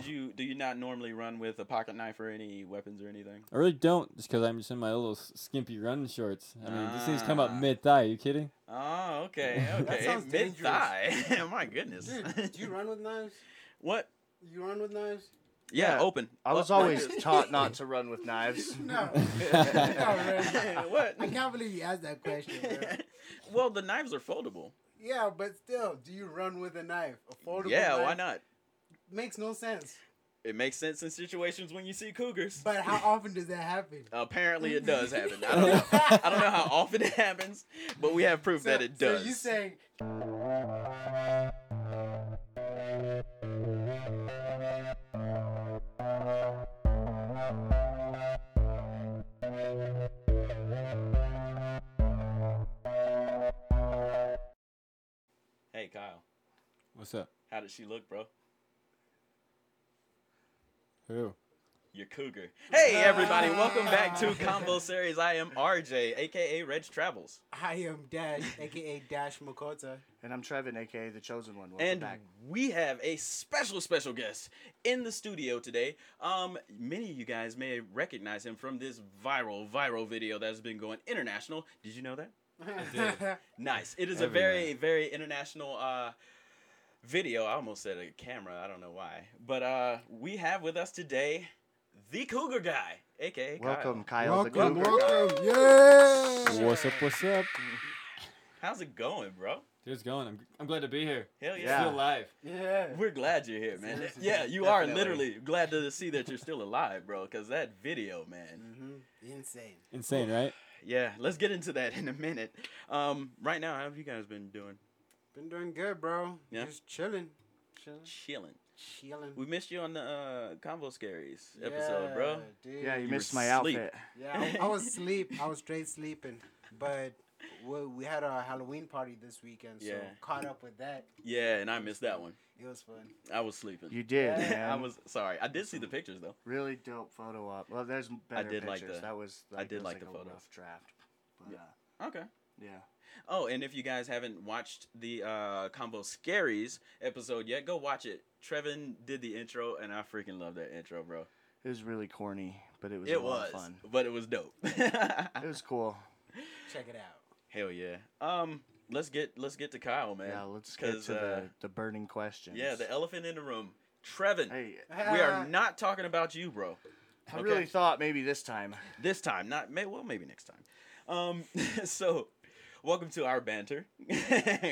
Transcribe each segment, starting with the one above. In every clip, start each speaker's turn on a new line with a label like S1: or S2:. S1: do you not normally run with a pocket knife or any weapons or anything?
S2: I really don't, just because I'm just in my little s- skimpy running shorts. I mean, these things come up
S1: Ah.
S2: mid thigh. You kidding?
S1: Oh, okay,
S2: That
S1: okay.
S3: sounds
S1: Mid thigh. My goodness.
S3: Dude, do you run with knives?
S1: what?
S3: You run with knives?
S1: Yeah,
S4: Yeah,
S1: open.
S4: I was
S1: What?
S4: always taught not to run with knives.
S3: No.
S2: No,
S1: what?
S3: I can't believe you asked that question. Bro.
S1: well, the knives are foldable.
S3: Yeah, but still, do you run with a knife? A foldable
S1: yeah,
S3: knife
S1: why not?
S3: Makes no sense.
S1: It makes sense in situations when you see cougars.
S3: But how often does that happen?
S1: Apparently, it does happen. I don't know. I don't know how often it happens, but we have proof that it does.
S3: So you saying
S1: hey, Kyle,
S2: What's up?
S1: how did she look, bro?
S2: Who?
S1: Your cougar. Hey, everybody, welcome back to Combo Series. I am RJ, aka Reg Travels,
S3: I am Dash, aka Dash Makota.
S4: And I'm Trevin, aka the chosen one. Welcome
S1: and
S4: back.
S1: we have a special, special guest in the studio today. Um, many of you guys may recognize him from this viral, viral video that has been going international. Did you know that?
S2: did.
S1: Nice. It is
S2: Everywhere.
S1: a very, very international uh, video. I almost said a camera. I don't know why. But uh, we have with us today the Cougar Guy, aka Kyle.
S4: Welcome, Kyle the
S1: Welcome,
S4: Cougar.
S3: welcome. Yeah.
S2: What's up? What's up?
S1: How's it going, bro?
S2: Dude, it's going. I'm, I'm glad to be here.
S1: Hell
S4: Yeah.
S1: yeah.
S2: Still alive.
S3: Yeah.
S1: We're glad you're here, man.
S3: Seriously.
S1: Yeah, you are
S4: Definitely.
S1: literally glad to see that you're still alive, bro, because that video, man.
S3: hmm Insane.
S2: Insane, right?
S1: Yeah, let's get into that in a minute. Um, right now, how have you guys been doing?
S3: Been doing good, bro.
S1: Yeah.
S3: Just chilling. Chilling.
S1: Chilling.
S3: Chilling.
S1: We missed you on the uh, Convo Scaries episode, bro.
S3: Yeah, dude.
S4: Yeah, you,
S1: You
S4: missed
S1: were
S4: my
S1: asleep.
S4: outfit.
S3: Yeah, I, I was asleep. I was straight sleeping. But we, we had a Halloween party this weekend, so
S1: Yeah.
S3: caught up with that.
S1: Yeah, and I missed that one.
S3: It was fun.
S1: I was sleeping.
S4: You did,
S3: Yeah,
S4: man.
S1: I was sorry. I did see the pictures though.
S4: really dope photo op. Well, there's better
S1: did like
S4: pictures.
S1: the-
S4: that was
S1: I
S4: like,
S1: did
S4: it was
S1: like the
S4: a
S1: photos.
S4: rough draft. But,
S1: Yeah.
S4: Uh,
S1: Okay.
S4: yeah.
S1: Oh, and if you guys haven't watched the uh, Combo Scaries episode yet, go watch it. Trevin did the intro, and I freaking love that intro, bro.
S4: It was really corny, but it was a
S1: It was,
S4: lot of fun.
S1: but it was dope.
S4: It was cool.
S3: Check it out.
S1: Hell yeah. Um, let's get let's get to Kyle, man.
S4: Yeah, let's get
S1: 'Cause,
S4: to the,
S1: uh,
S4: the burning questions.
S1: yeah, the elephant in the room, Trevin.
S4: Hey,
S1: We are not talking about you, bro.
S4: I really thought maybe this time.
S1: this time not may well maybe next time um so welcome to our banter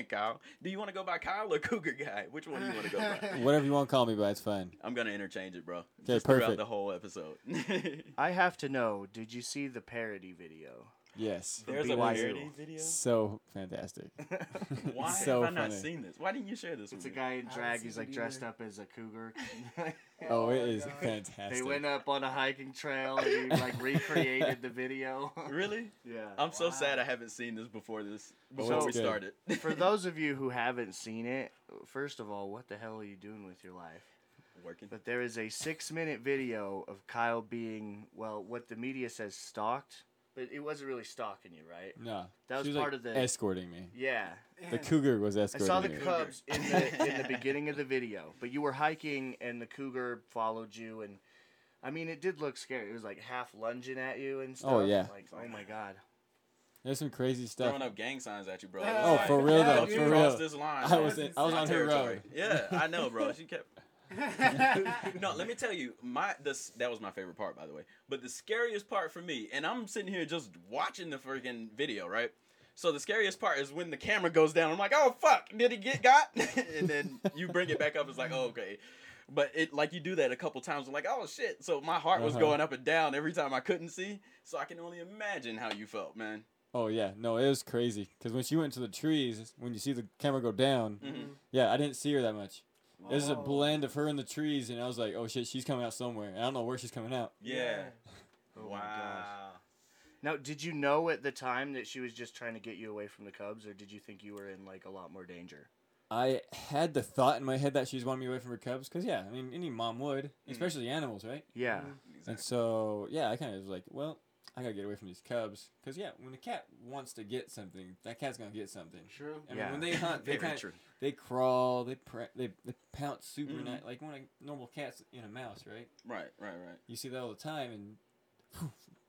S1: kyle do you want to go by kyle or cougar guy which one do you want to go by
S2: Whatever you want to call me by, it's fine.
S1: i'm gonna interchange it bro
S2: Okay,
S1: Just throughout
S2: perfect.
S1: the whole episode
S4: I have to know, did you see the parody video?
S2: Yes.
S1: there's a
S4: BYU.
S1: parody video
S2: So fantastic.
S1: why
S2: so
S1: have i not
S2: funny.
S1: seen this why didn't you share this
S4: It's a
S1: with me?
S4: guy in
S3: haven't
S4: drag.
S3: seen
S4: He's
S3: it
S4: like dressed
S3: either.
S4: up as a cougar.
S2: Oh, it
S3: my
S2: is
S3: God.
S2: fantastic.
S4: they went up on a hiking trail and he like recreated the video.
S1: really
S4: yeah.
S1: i'm so
S3: Wow.
S1: sad i haven't seen this before this before
S4: it's
S1: we
S2: Oh, good.
S1: started
S4: For those of you who haven't seen it, first of all, what the hell are you doing with your life?
S1: working
S4: But there is a six minute video of Kyle being, well, what the media says stalked. But it wasn't really stalking you, right?
S2: No.
S4: That was
S2: she was
S4: part
S2: like,
S4: of the-
S2: escorting me.
S4: Yeah.
S2: The cougar was
S4: I
S2: escorting
S4: saw the
S2: me.
S1: cougar.
S4: cubs in the in the beginning of the video, but you were hiking and the cougar followed you and I mean it did look scary. It was like half lunging at you and stuff.
S2: Oh, yeah.
S4: Like, oh my god.
S2: There's some crazy stuff.
S1: throwing up gang signs at you bro
S3: Oh,
S1: It's
S3: for real
S1: don't
S3: though,
S1: you
S3: for
S1: cross
S2: real.
S1: this line
S2: I
S1: man.
S2: was in- I was
S1: My
S2: on her
S1: territory.
S2: road.
S1: yeah i know bro she kept
S3: yeah,
S1: No, let me tell you, my this that was my favorite part, by the way. But the scariest part for me, and I'm sitting here just watching the freaking video, right? So the scariest part is when the camera goes down. I'm like, oh fuck, did he get got? and then you bring it back up. It's like, oh okay. But it like you do that a couple times. I'm like, oh shit. So my heart was
S2: Uh-huh.
S1: going up and down every time I couldn't see. So I can only imagine how you felt, man.
S2: Oh yeah, no, it was crazy. Cause when she went to the trees, when you see the camera go down,
S3: Mm-hmm.
S1: Mhm.
S2: yeah, I didn't see her that much. It was a
S3: Oh.
S2: blend of her in the trees, and I was like, oh shit, she's coming out somewhere. And I don't know where she's coming out.
S1: Yeah.
S4: Oh
S1: wow.
S4: my gosh. Now, did you know at the time that she was just trying to get you away from the cubs or did you think you were in like a lot more danger?
S2: I had the thought in my head that she's wanting me away from her cubs, cause yeah, I
S4: Mm-hmm.
S2: mean, any mom would, especially animals, right?
S4: Yeah.
S3: Mhm.
S2: And so yeah, I kind of was like, well, I gotta get away from these cubs. Cause yeah, when a cat wants to get something, that cat's gonna get something.
S3: True.
S2: I
S4: Yeah.
S2: mean, when they hunt, they
S1: Very
S2: kind
S1: true.
S2: they crawl, they pre- they they pounce super
S4: Mm-hmm.
S1: Mhm.
S2: nice, like when a normal cat's in a mouse, right?
S1: Right, right, right.
S2: You see that all the time, and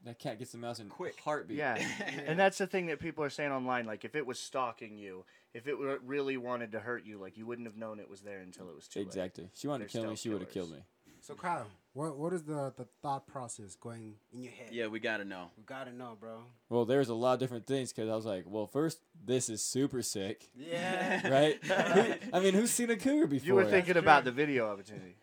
S2: that cat gets the mouse in
S1: Quick.
S2: heartbeat.
S4: Yeah.
S3: Yeah.
S4: And that's the thing that people are saying online. Like, if it was stalking you, if it were, really wanted to hurt you, like, you wouldn't have known it was there until it was too late.
S2: Exactly. She wanted
S4: They're
S2: to kill me.
S4: stealth
S2: She would have
S4: killers.
S2: killed me.
S3: So Kyle, what what is the the thought process going in your head?
S1: yeah, we gotta know.
S3: We gotta know, bro.
S2: Well, there's a lot of different things because I was like, well, first, this is super sick,
S1: Yeah.
S2: right? Who- I mean, who's seen a cougar before?
S4: You were thinking
S3: true.
S4: about the video opportunity.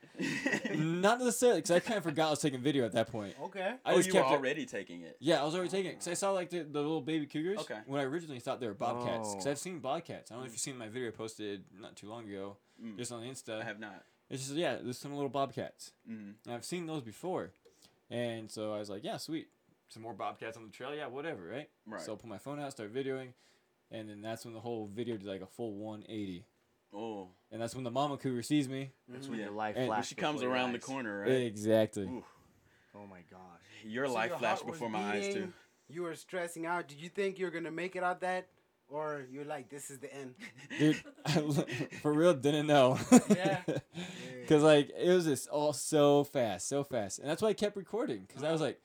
S2: Not necessarily because I kind of forgot I was taking video at that point.
S3: Okay.
S2: I
S1: oh,
S2: just
S1: you were
S2: kept it-
S1: already taking it.
S2: Yeah, I was already taking it because I saw like the, the little baby cougars.
S1: Okay.
S2: When I originally thought they were bobcats because
S4: Oh.
S2: I've seen bobcats. I don't know if you've seen my video posted not too long ago,
S1: Mm.
S2: just uh, on Insta.
S1: I have not.
S2: It's just yeah, there's some little bobcats.
S1: Mhm.
S2: And I've seen those before, and so I was like, yeah, sweet, some more bobcats on the trail. Yeah, whatever, right?
S1: Right.
S2: So I pull my phone out, start videoing, and then that's when the whole video did like a full 180,
S1: Oh,
S2: and that's when the mama cougar sees me.
S4: That's when
S1: Yeah.
S4: your life
S2: And- When
S1: when
S4: flashed.
S1: she comes
S4: before your
S1: around the
S4: eyes.
S1: corner, right?
S2: Exactly.
S1: Ooh.
S4: Oh my gosh.
S1: Your
S3: So
S1: life
S3: your
S1: flashed
S3: heart was
S1: before my eyes too.
S3: beating, You were stressing out. Did you think you were gonna make it out that, or you're like, this is the end?
S2: Dude, I l- for real didn't know.
S3: Yeah.
S2: Cause like it was just all so fast, so fast, and that's why I kept recording. Cause I was like,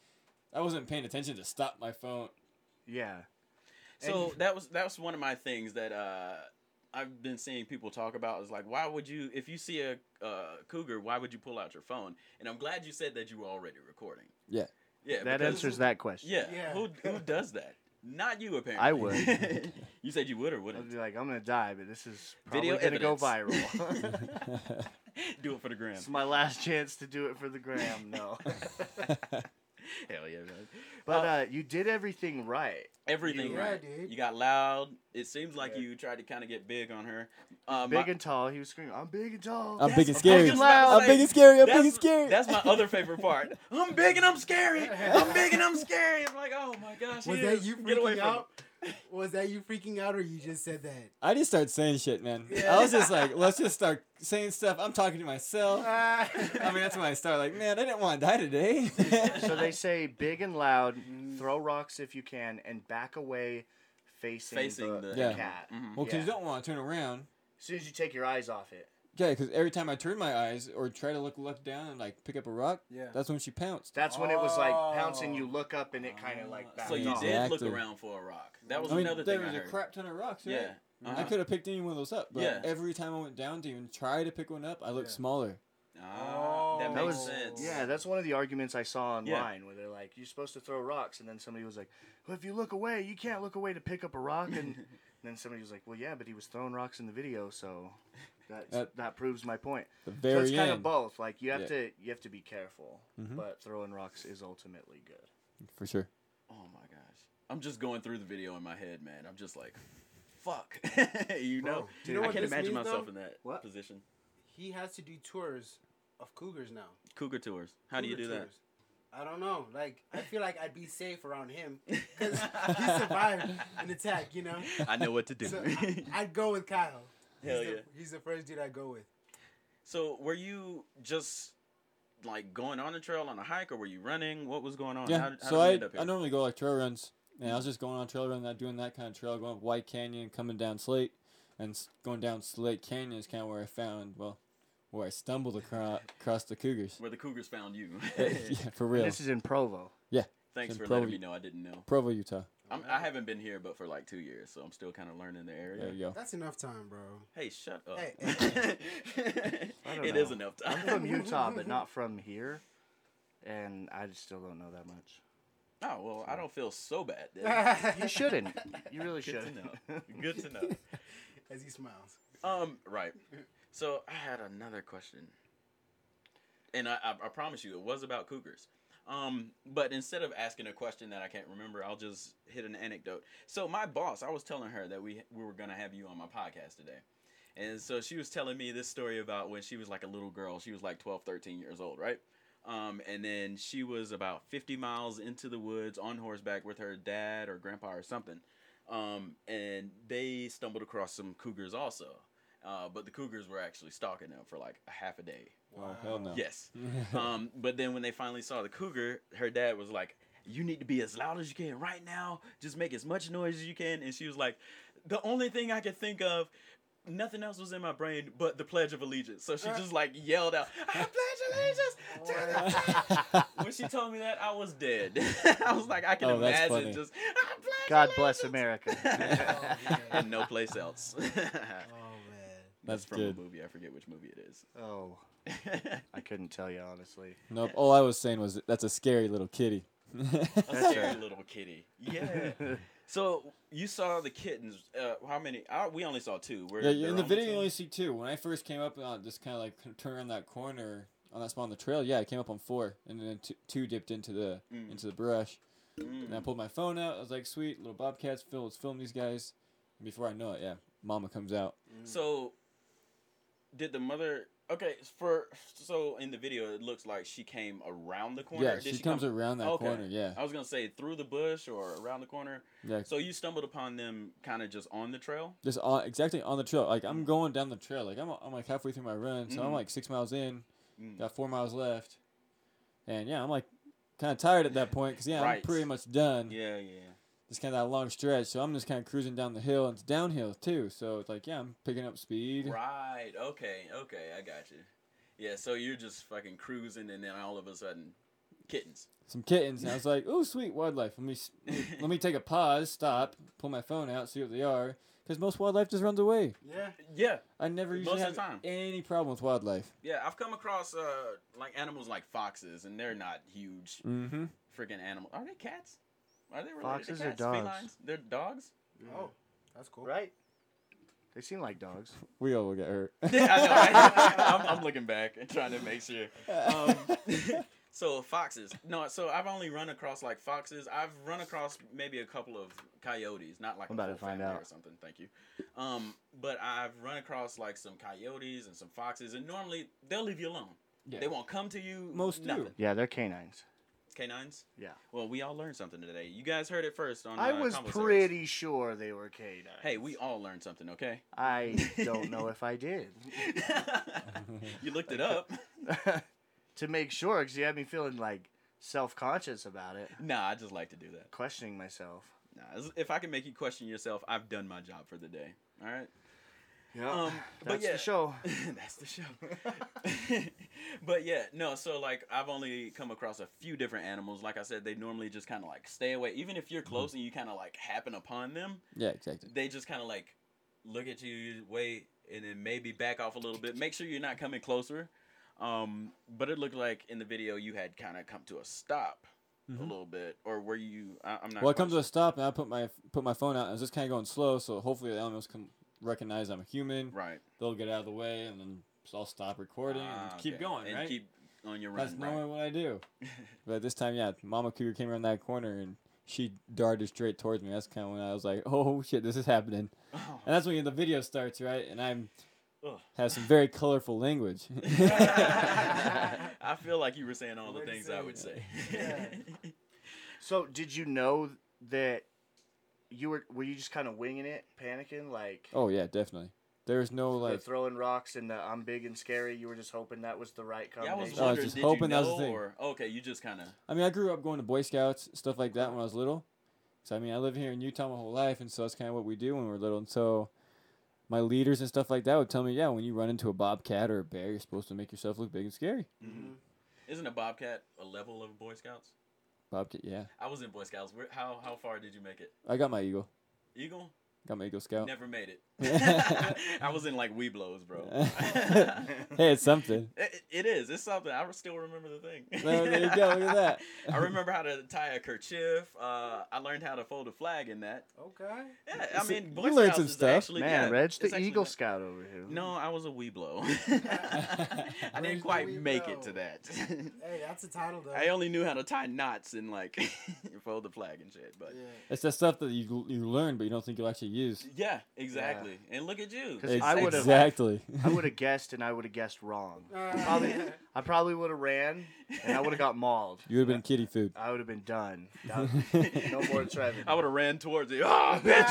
S2: I wasn't paying attention to stop my phone.
S4: Yeah.
S1: So that was that was one of my things that uh, I've been seeing people talk about is like, why would you if you see a uh, cougar, why would you pull out your phone? And I'm glad you said that you were already recording.
S2: Yeah.
S1: Yeah.
S4: that
S1: because-
S4: answers that question.
S1: Yeah.
S3: Yeah.
S1: Who who does that? Not you apparently.
S4: I would.
S1: you said you would or
S4: I'd
S1: wouldn't.
S4: be like, I'm gonna die, but this is probably
S1: Video
S4: gonna go
S1: evidence.
S4: viral.
S1: Do it for the gram.
S4: it's my last chance to do it for the gram. No,
S1: Hell yeah, man.
S4: but uh, you did everything right.
S1: Everything
S3: Yeah,
S1: right.
S3: dude.
S1: You got loud. It seems like
S4: Yeah.
S1: you tried to kind of get big on her. Uh,
S4: Big
S1: my-
S4: and tall. He was screaming, "I'm big and tall."
S2: I'm big and
S1: That's-
S2: scary.
S1: I was just about to
S2: I'm
S1: say,
S2: big and scary. I'm big and
S1: that's-
S2: scary.
S1: That's my other favorite part. I'm big and I'm scary. I'm big and I'm scary. I'm like, oh my gosh.
S3: Was
S1: he
S3: that
S1: is.
S3: you
S1: Get away
S3: freaking
S1: from
S3: out? Was that you freaking out, or you just said that?
S2: I just started saying shit, man.
S3: Yeah.
S2: I was just like, let's just start saying stuff. I'm talking to myself.
S3: Ah.
S2: I mean, that's when I started like, man, I didn't want to die today.
S4: so they say big and loud,
S1: Mm.
S4: throw rocks if you can, and back away, facing,
S1: Facing
S4: the,
S1: the-
S4: the
S2: Yeah.
S4: cat.
S1: Mhm.
S2: well, because
S4: Yeah.
S2: you don't want to turn around.
S4: As soon as you take your eyes off it,
S2: Yeah, because every time I turned my eyes or try to look look down and like pick up a rock,
S3: Yeah.
S2: that's when she pounced.
S4: that's when it was like
S3: Oh.
S4: pouncing. You look up and it kind of like backed
S1: So you
S4: off.
S1: did look
S2: Exactly.
S1: around for a rock. That was
S2: I mean,
S1: another
S2: there
S1: thing I
S2: was a
S1: heard.
S2: crap ton of rocks. right?
S1: yeah.
S2: I
S1: Uh-huh.
S2: could have picked any one of those up, but
S1: Yeah.
S2: every time I went down to even try to pick one up, I looked
S3: Yeah.
S2: smaller.
S1: Ah, that
S3: Oh.
S1: makes
S4: That was
S1: sense.
S4: yeah. That's one of the arguments I saw online
S1: Yeah.
S4: where they're like, "You're supposed to throw rocks," and then somebody was like, "Well, if you look away, you can't look away to pick up a rock." And then somebody was like, "Well, yeah, but he was throwing rocks in the video, so that
S2: That-
S4: that proves my point."
S2: The
S4: So
S2: very
S4: it's kind of
S2: end,
S4: both. Like you have
S2: Yeah.
S4: to you have to be careful,
S2: Mhm.
S4: but throwing rocks is ultimately good.
S2: for sure.
S1: Oh my gosh. I'm just going through the video in my head, man. I'm just like, fuck. you know,
S3: Bro,
S1: I
S3: do you know what
S1: can't
S3: this
S1: imagine
S3: means,
S1: myself
S3: though?
S1: in that
S4: What?
S1: position.
S3: He has to do tours of cougars now.
S1: Cougar tours. How do you do
S3: Cougar
S1: that?
S3: tours. I don't know. Like I feel like I'd be safe around him because he survived an attack. You know.
S1: I know what to do.
S3: So I, I'd go with Kyle.
S1: Hell
S3: he's
S1: yeah.
S3: The, he's the first dude I go with.
S1: So were you just like going on the trail on a hike, or were you running? What was going on?
S2: yeah.
S1: How, did- how
S2: so
S1: did you
S2: I
S1: end up here?
S2: I normally go like trail runs, and I was just going on trail run, not doing that kind of trail, going up White Canyon, coming down Slate, and s- going down Slate Canyon is kind of where I found well, where I stumbled across, across the cougars.
S1: Where the Cougars found you.
S2: yeah, for real.
S4: This is in Provo.
S1: Thanks
S2: Some
S1: for
S2: pro-
S1: letting me know. I didn't know.
S2: Provo, Utah.
S1: I'm, I haven't been here, but for like two years, so I'm still kind of learning the area.
S2: There you go.
S3: That's enough time, bro.
S1: Hey, shut up.
S3: Hey,
S1: It
S3: hey,
S1: is
S4: I don't know.
S1: enough
S4: I'm
S1: time.
S4: from Utah, but not from here, and I just still don't know that much.
S1: oh well, I don't feel so bad. Then.
S4: You shouldn't. You really
S1: Good to
S4: shouldn't.
S1: know. Good to know.
S3: As he smiles.
S1: Um, right. So I had another question, and I, I, I promise you, it was about cougars. Um, but instead of asking a question that I can't remember, I'll just hit an anecdote. So my boss, I was telling her that we we were gonna have you on my podcast today. And so she was telling me this story about when she was like a little girl. She was like 12, 13 years old, right? Um, and then she was about 50 miles into the woods on horseback with her dad or grandpa or something. Um, and they stumbled across some cougars also. Uh, but the cougars were actually stalking them for like a half a day. Um,
S2: Oh hell no.
S1: Yes. Um, but then when they finally saw the cougar, her dad was like, you need to be as loud as you can right now. Just make as much noise as you can. And she was like, the only thing I could think of, nothing else was in my brain but the Pledge of Allegiance. So
S2: Uh.
S1: she just like yelled out, I pledge allegiance to the when she told me that, I was dead. I was like, I can
S2: Oh, that's
S1: imagine
S2: funny.
S1: just "I pledge
S4: God bless
S1: allegiance." Oh,
S4: America.
S1: and no place else.
S3: Oh man.
S1: That's
S2: That's
S1: from
S2: good.
S1: a movie. I forget which movie it is.
S4: oh, I couldn't tell you honestly.
S2: Nope. All I was saying was that's a scary little kitty.
S1: a scary little kitty. Yeah. So you saw the kittens? Uh, how many? Uh, we only saw two. Were
S2: Yeah,
S1: there
S2: you- in the video
S1: two?
S2: you only see two. When I first came up, uh, just kind of like c- turned around that corner on that spot on the trail. Yeah, I came up on four, and then two, two dipped into the
S1: Mm.
S2: into the brush. And I
S1: Mm.
S2: pulled my phone out. I was like, "Sweet, little bobcats, Phil, let's film these guys." And before I know it, yeah, Mama comes out.
S1: So did the mother? Okay, for so in the video it looks like she came around the corner.
S2: yeah,
S1: Did
S2: she, comes
S1: come-
S2: around that
S1: Okay.
S2: corner. Yeah,
S1: I was gonna say through the bush or around the corner.
S2: yeah.
S1: So you stumbled upon them kind of just on the trail.
S2: just on, exactly on the trail. Like
S1: Mm.
S2: I'm going down the trail. Like I'm, I'm like halfway through my run, so
S1: Mhm.
S2: I'm like six miles in,
S1: Mm.
S2: got four miles left, and yeah, I'm like kind of tired at that point because yeah, I'm
S1: Right.
S2: pretty much done.
S1: Yeah, yeah.
S2: It's kind of that long stretch, so I'm just kind of cruising down the hill. And it's downhill too, so it's like yeah, I'm picking up speed.
S1: Right. Okay. Okay. I got you. Yeah. So you're just fucking cruising, and then all of a sudden, kittens.
S2: Some kittens, and I was like, oh sweet wildlife. Let me s- let me take a pause, stop, pull my phone out, see what they are, because most wildlife just runs away.
S3: Yeah.
S1: yeah.
S2: I never
S1: Most
S2: usually
S1: of
S2: have
S1: the time.
S2: any problem with wildlife.
S1: Yeah. I've come across uh like animals like foxes, and they're not huge
S2: Mm-hmm.
S1: freaking animals. Are they cats? Are they related
S4: Foxes
S1: to
S4: are
S1: cats?
S4: dogs.
S1: Felines? They're dogs.
S3: Oh, that's cool.
S4: Right? They seem like dogs.
S2: We all will get hurt.
S1: I know. Right? I'm, I'm looking back and trying to make sure. Um, so foxes. No. So I've only run across like foxes. I've run across maybe a couple of coyotes, not like
S4: I'm
S1: a
S4: about to
S1: full
S4: find
S1: family
S4: out.
S1: or something. Thank you. Um, but I've run across like some coyotes and some foxes, and normally they'll leave you alone.
S2: Yeah.
S1: They won't come to you.
S2: Most do.
S1: nothing.
S4: Yeah, they're canines.
S1: Canines.
S4: Yeah.
S1: Well, we all learned something today. You guys heard it first on.
S4: I
S1: uh,
S4: was
S1: Combo Series.
S4: pretty sure they were canines.
S1: Hey, we all learned something, okay?
S4: I don't know if I did.
S1: you looked it up.
S4: to make sure, because you had me feeling like self conscious about it,
S1: Nah, I just like to do that.
S4: questioning myself.
S1: Nah, as- if I can make you question yourself, I've done my job for the day. All right.
S4: Yeah.
S1: Um, but
S4: Oh, That's
S1: yeah.
S4: the show.
S1: That's the show. but yeah, no. So like, I've only come across a few different animals. Like I said, they normally just kind of like stay away. Even if you're
S4: Mm-hmm.
S1: close and you kind of like happen upon them,
S2: yeah, exactly.
S1: they just kind of like look at you, wait, and then maybe back off a little bit. Make sure you're not coming closer. Um, but it looked like in the video you had kind of come to a stop a
S2: Mhm.
S1: little bit, or were you? I, I'm not.
S2: Well, it comes to
S1: quite
S2: a stop, and I put my put my phone out. And I was just kind of going slow, so hopefully the animals can recognize I'm a human.
S1: sure. right.
S2: They'll get out of the way, and then s- I'll stop recording
S1: Ah,
S2: and keep
S1: okay.
S2: going.
S1: and
S2: right?
S1: keep on your
S2: That's
S1: run.
S2: normally
S1: right.
S2: what I do. but this time, yeah, Mama Cougar came around that corner, and she darted straight towards me. That's kind of when I was like, "Oh shit, this is happening."
S1: Oh.
S2: And that's when the video starts, right? And I'm
S1: Ugh.
S2: have some very colorful language.
S1: I feel like you were saying all the
S3: Way to
S1: things
S3: say
S1: I
S3: it.
S1: would say.
S3: Yeah.
S4: So, did you know that you were were you just kind of winging it, panicking, like
S2: oh yeah, definitely. There's no
S4: the
S2: like
S4: throwing rocks and the I'm big and scary? You were just hoping that was the right
S1: yeah, I was
S4: combination.
S1: wondering,
S2: Oh, just
S1: did
S2: hoping
S1: you
S2: that
S1: know,
S2: was the thing.
S1: or okay, you just kind of
S2: I mean, I grew up going to Boy Scouts, stuff like that when I was little. So, I mean, I live here in Utah my whole life, and so that's kind of what we do when we're little. And so, my leaders and stuff like that would tell me, yeah, when you run into a bobcat or a bear, you're supposed to make yourself look big and scary.
S3: Mm-hmm.
S1: isn't a bobcat a level of Boy Scouts?
S2: Bobcat, yeah.
S1: I was in Boy Scouts. Where, how how far did you make it?
S2: I got my eagle.
S1: Eagle?
S2: Got my Eagle Scout.
S1: Never made it. I was in like Weeblos, bro.
S2: hey, it's something.
S1: It, it is. It's something. I still remember the thing.
S2: There- there you go, look at that.
S1: I remember how to tie a kerchief. Uh, I learned how to fold a flag in that.
S3: Okay.
S1: Yeah, I
S2: So
S1: mean,
S2: you
S1: Boy
S2: learned
S1: Scouts
S2: some
S1: is
S2: stuff.
S1: actually
S4: Man,
S1: yeah,
S4: Reg,
S1: it's
S4: the
S1: actually
S4: Eagle
S1: not-
S4: Scout over here.
S1: No, I was a weeblo. I
S3: Where's
S1: didn't
S3: the
S1: quite make it
S3: weeblo?
S1: to that.
S3: Hey, that's the title though.
S1: I only knew how to tie knots and like fold the flag and shit. But
S3: yeah.
S2: It's the stuff that you you learn, but you don't think you'll actually use.
S1: yeah, exactly. And look at you.
S4: 'Cause I
S2: Ex-
S4: would've-
S2: exactly.
S4: I would have guessed, and I would have guessed wrong.
S3: Uh,
S4: Probably, I probably would have ran, and I would have got mauled.
S2: you would have been kitty food.
S4: I would have been done. That- no more Trevin.
S1: I would have ran towards you. Oh, bitch!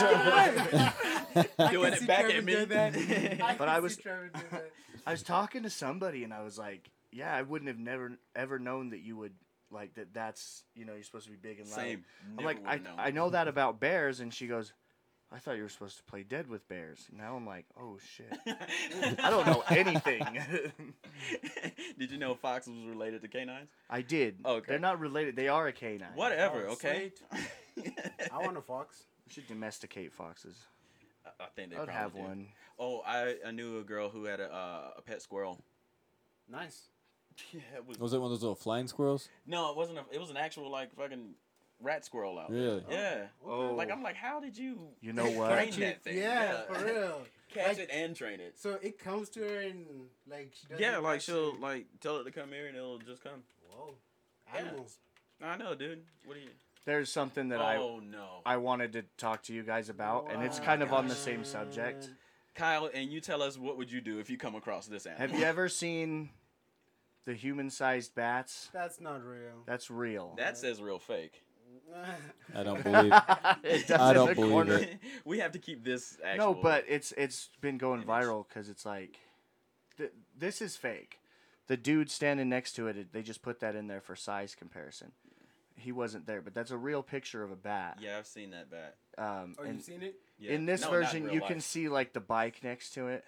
S1: get away!"
S3: I
S1: Doing
S3: can
S1: it
S3: see
S1: back
S3: Trevor
S1: at
S3: do
S1: me.
S3: that. I
S4: But
S3: can
S4: I
S3: see
S4: was-
S3: Trevor do that.
S4: I was talking to somebody, and I was like, "Yeah, I wouldn't have never ever known that you would like that that's you know you're supposed to be big and loud.
S1: Same.
S4: I'm
S1: Never
S4: like I
S1: would've known.
S4: I know that about bears, and she goes, I thought you were supposed to play dead with bears. Now I'm like, oh shit, I don't know anything.
S1: Did you know foxes was related to canines?
S4: I did.
S1: Okay. e-
S4: They're not related. They are a canine.
S1: Whatever.
S3: Oh,
S1: okay.
S3: I want a fox.
S4: We should domesticate foxes.
S1: I- I think they
S4: I'd
S1: probably
S4: have
S1: do.
S4: one.
S1: Oh, I, I knew a girl who had a uh, a pet squirrel.
S3: Nice.
S1: Yeah, it was,
S2: Was it one of those little flying squirrels?
S1: no, it wasn't. A, it was an actual like fucking rat squirrel out. there.
S2: Really?
S1: Yeah.
S4: Oh.
S1: Like I'm like, how did you?
S4: You know what?
S1: Train
S3: Catch
S1: that
S3: it.
S1: thing.
S3: Yeah, for real.
S1: Catch
S3: Like-
S1: it and train it.
S3: So it comes to her and like she doesn't.
S1: Yeah, like
S3: catch
S1: she'll
S3: it.
S1: like tell it to come here and it'll just come.
S3: Whoa.
S1: Yeah.
S3: Animals.
S1: I know, dude. What do you?
S4: There's something that
S1: oh no,
S4: I I wanted to talk to you guys about, and it's
S1: Oh,
S4: kind of on the
S1: gosh.
S4: same subject.
S1: Kyle, and you tell us what would you do if you come across this animal?
S4: Have you ever seen the human-sized bats?
S3: That's not real.
S4: That's real.
S1: That says real fake.
S2: I don't believe.
S4: it does
S2: I
S4: in
S2: don't
S4: the
S2: believe
S4: corner.
S2: it.
S1: we have to keep this. Actual
S4: No, but it's it's been going
S1: image.
S4: viral because it's like, th- this is fake. The dude standing next to it, it, they just put that in there for size comparison. He wasn't there, but that's a real picture of a bat.
S1: yeah, I've seen that bat.
S4: Um,
S3: oh,
S4: and
S3: you've seen it?
S1: Yeah.
S4: in this
S1: No, not in
S4: version,
S1: real
S4: you
S1: life.
S4: can see like the bike next to it.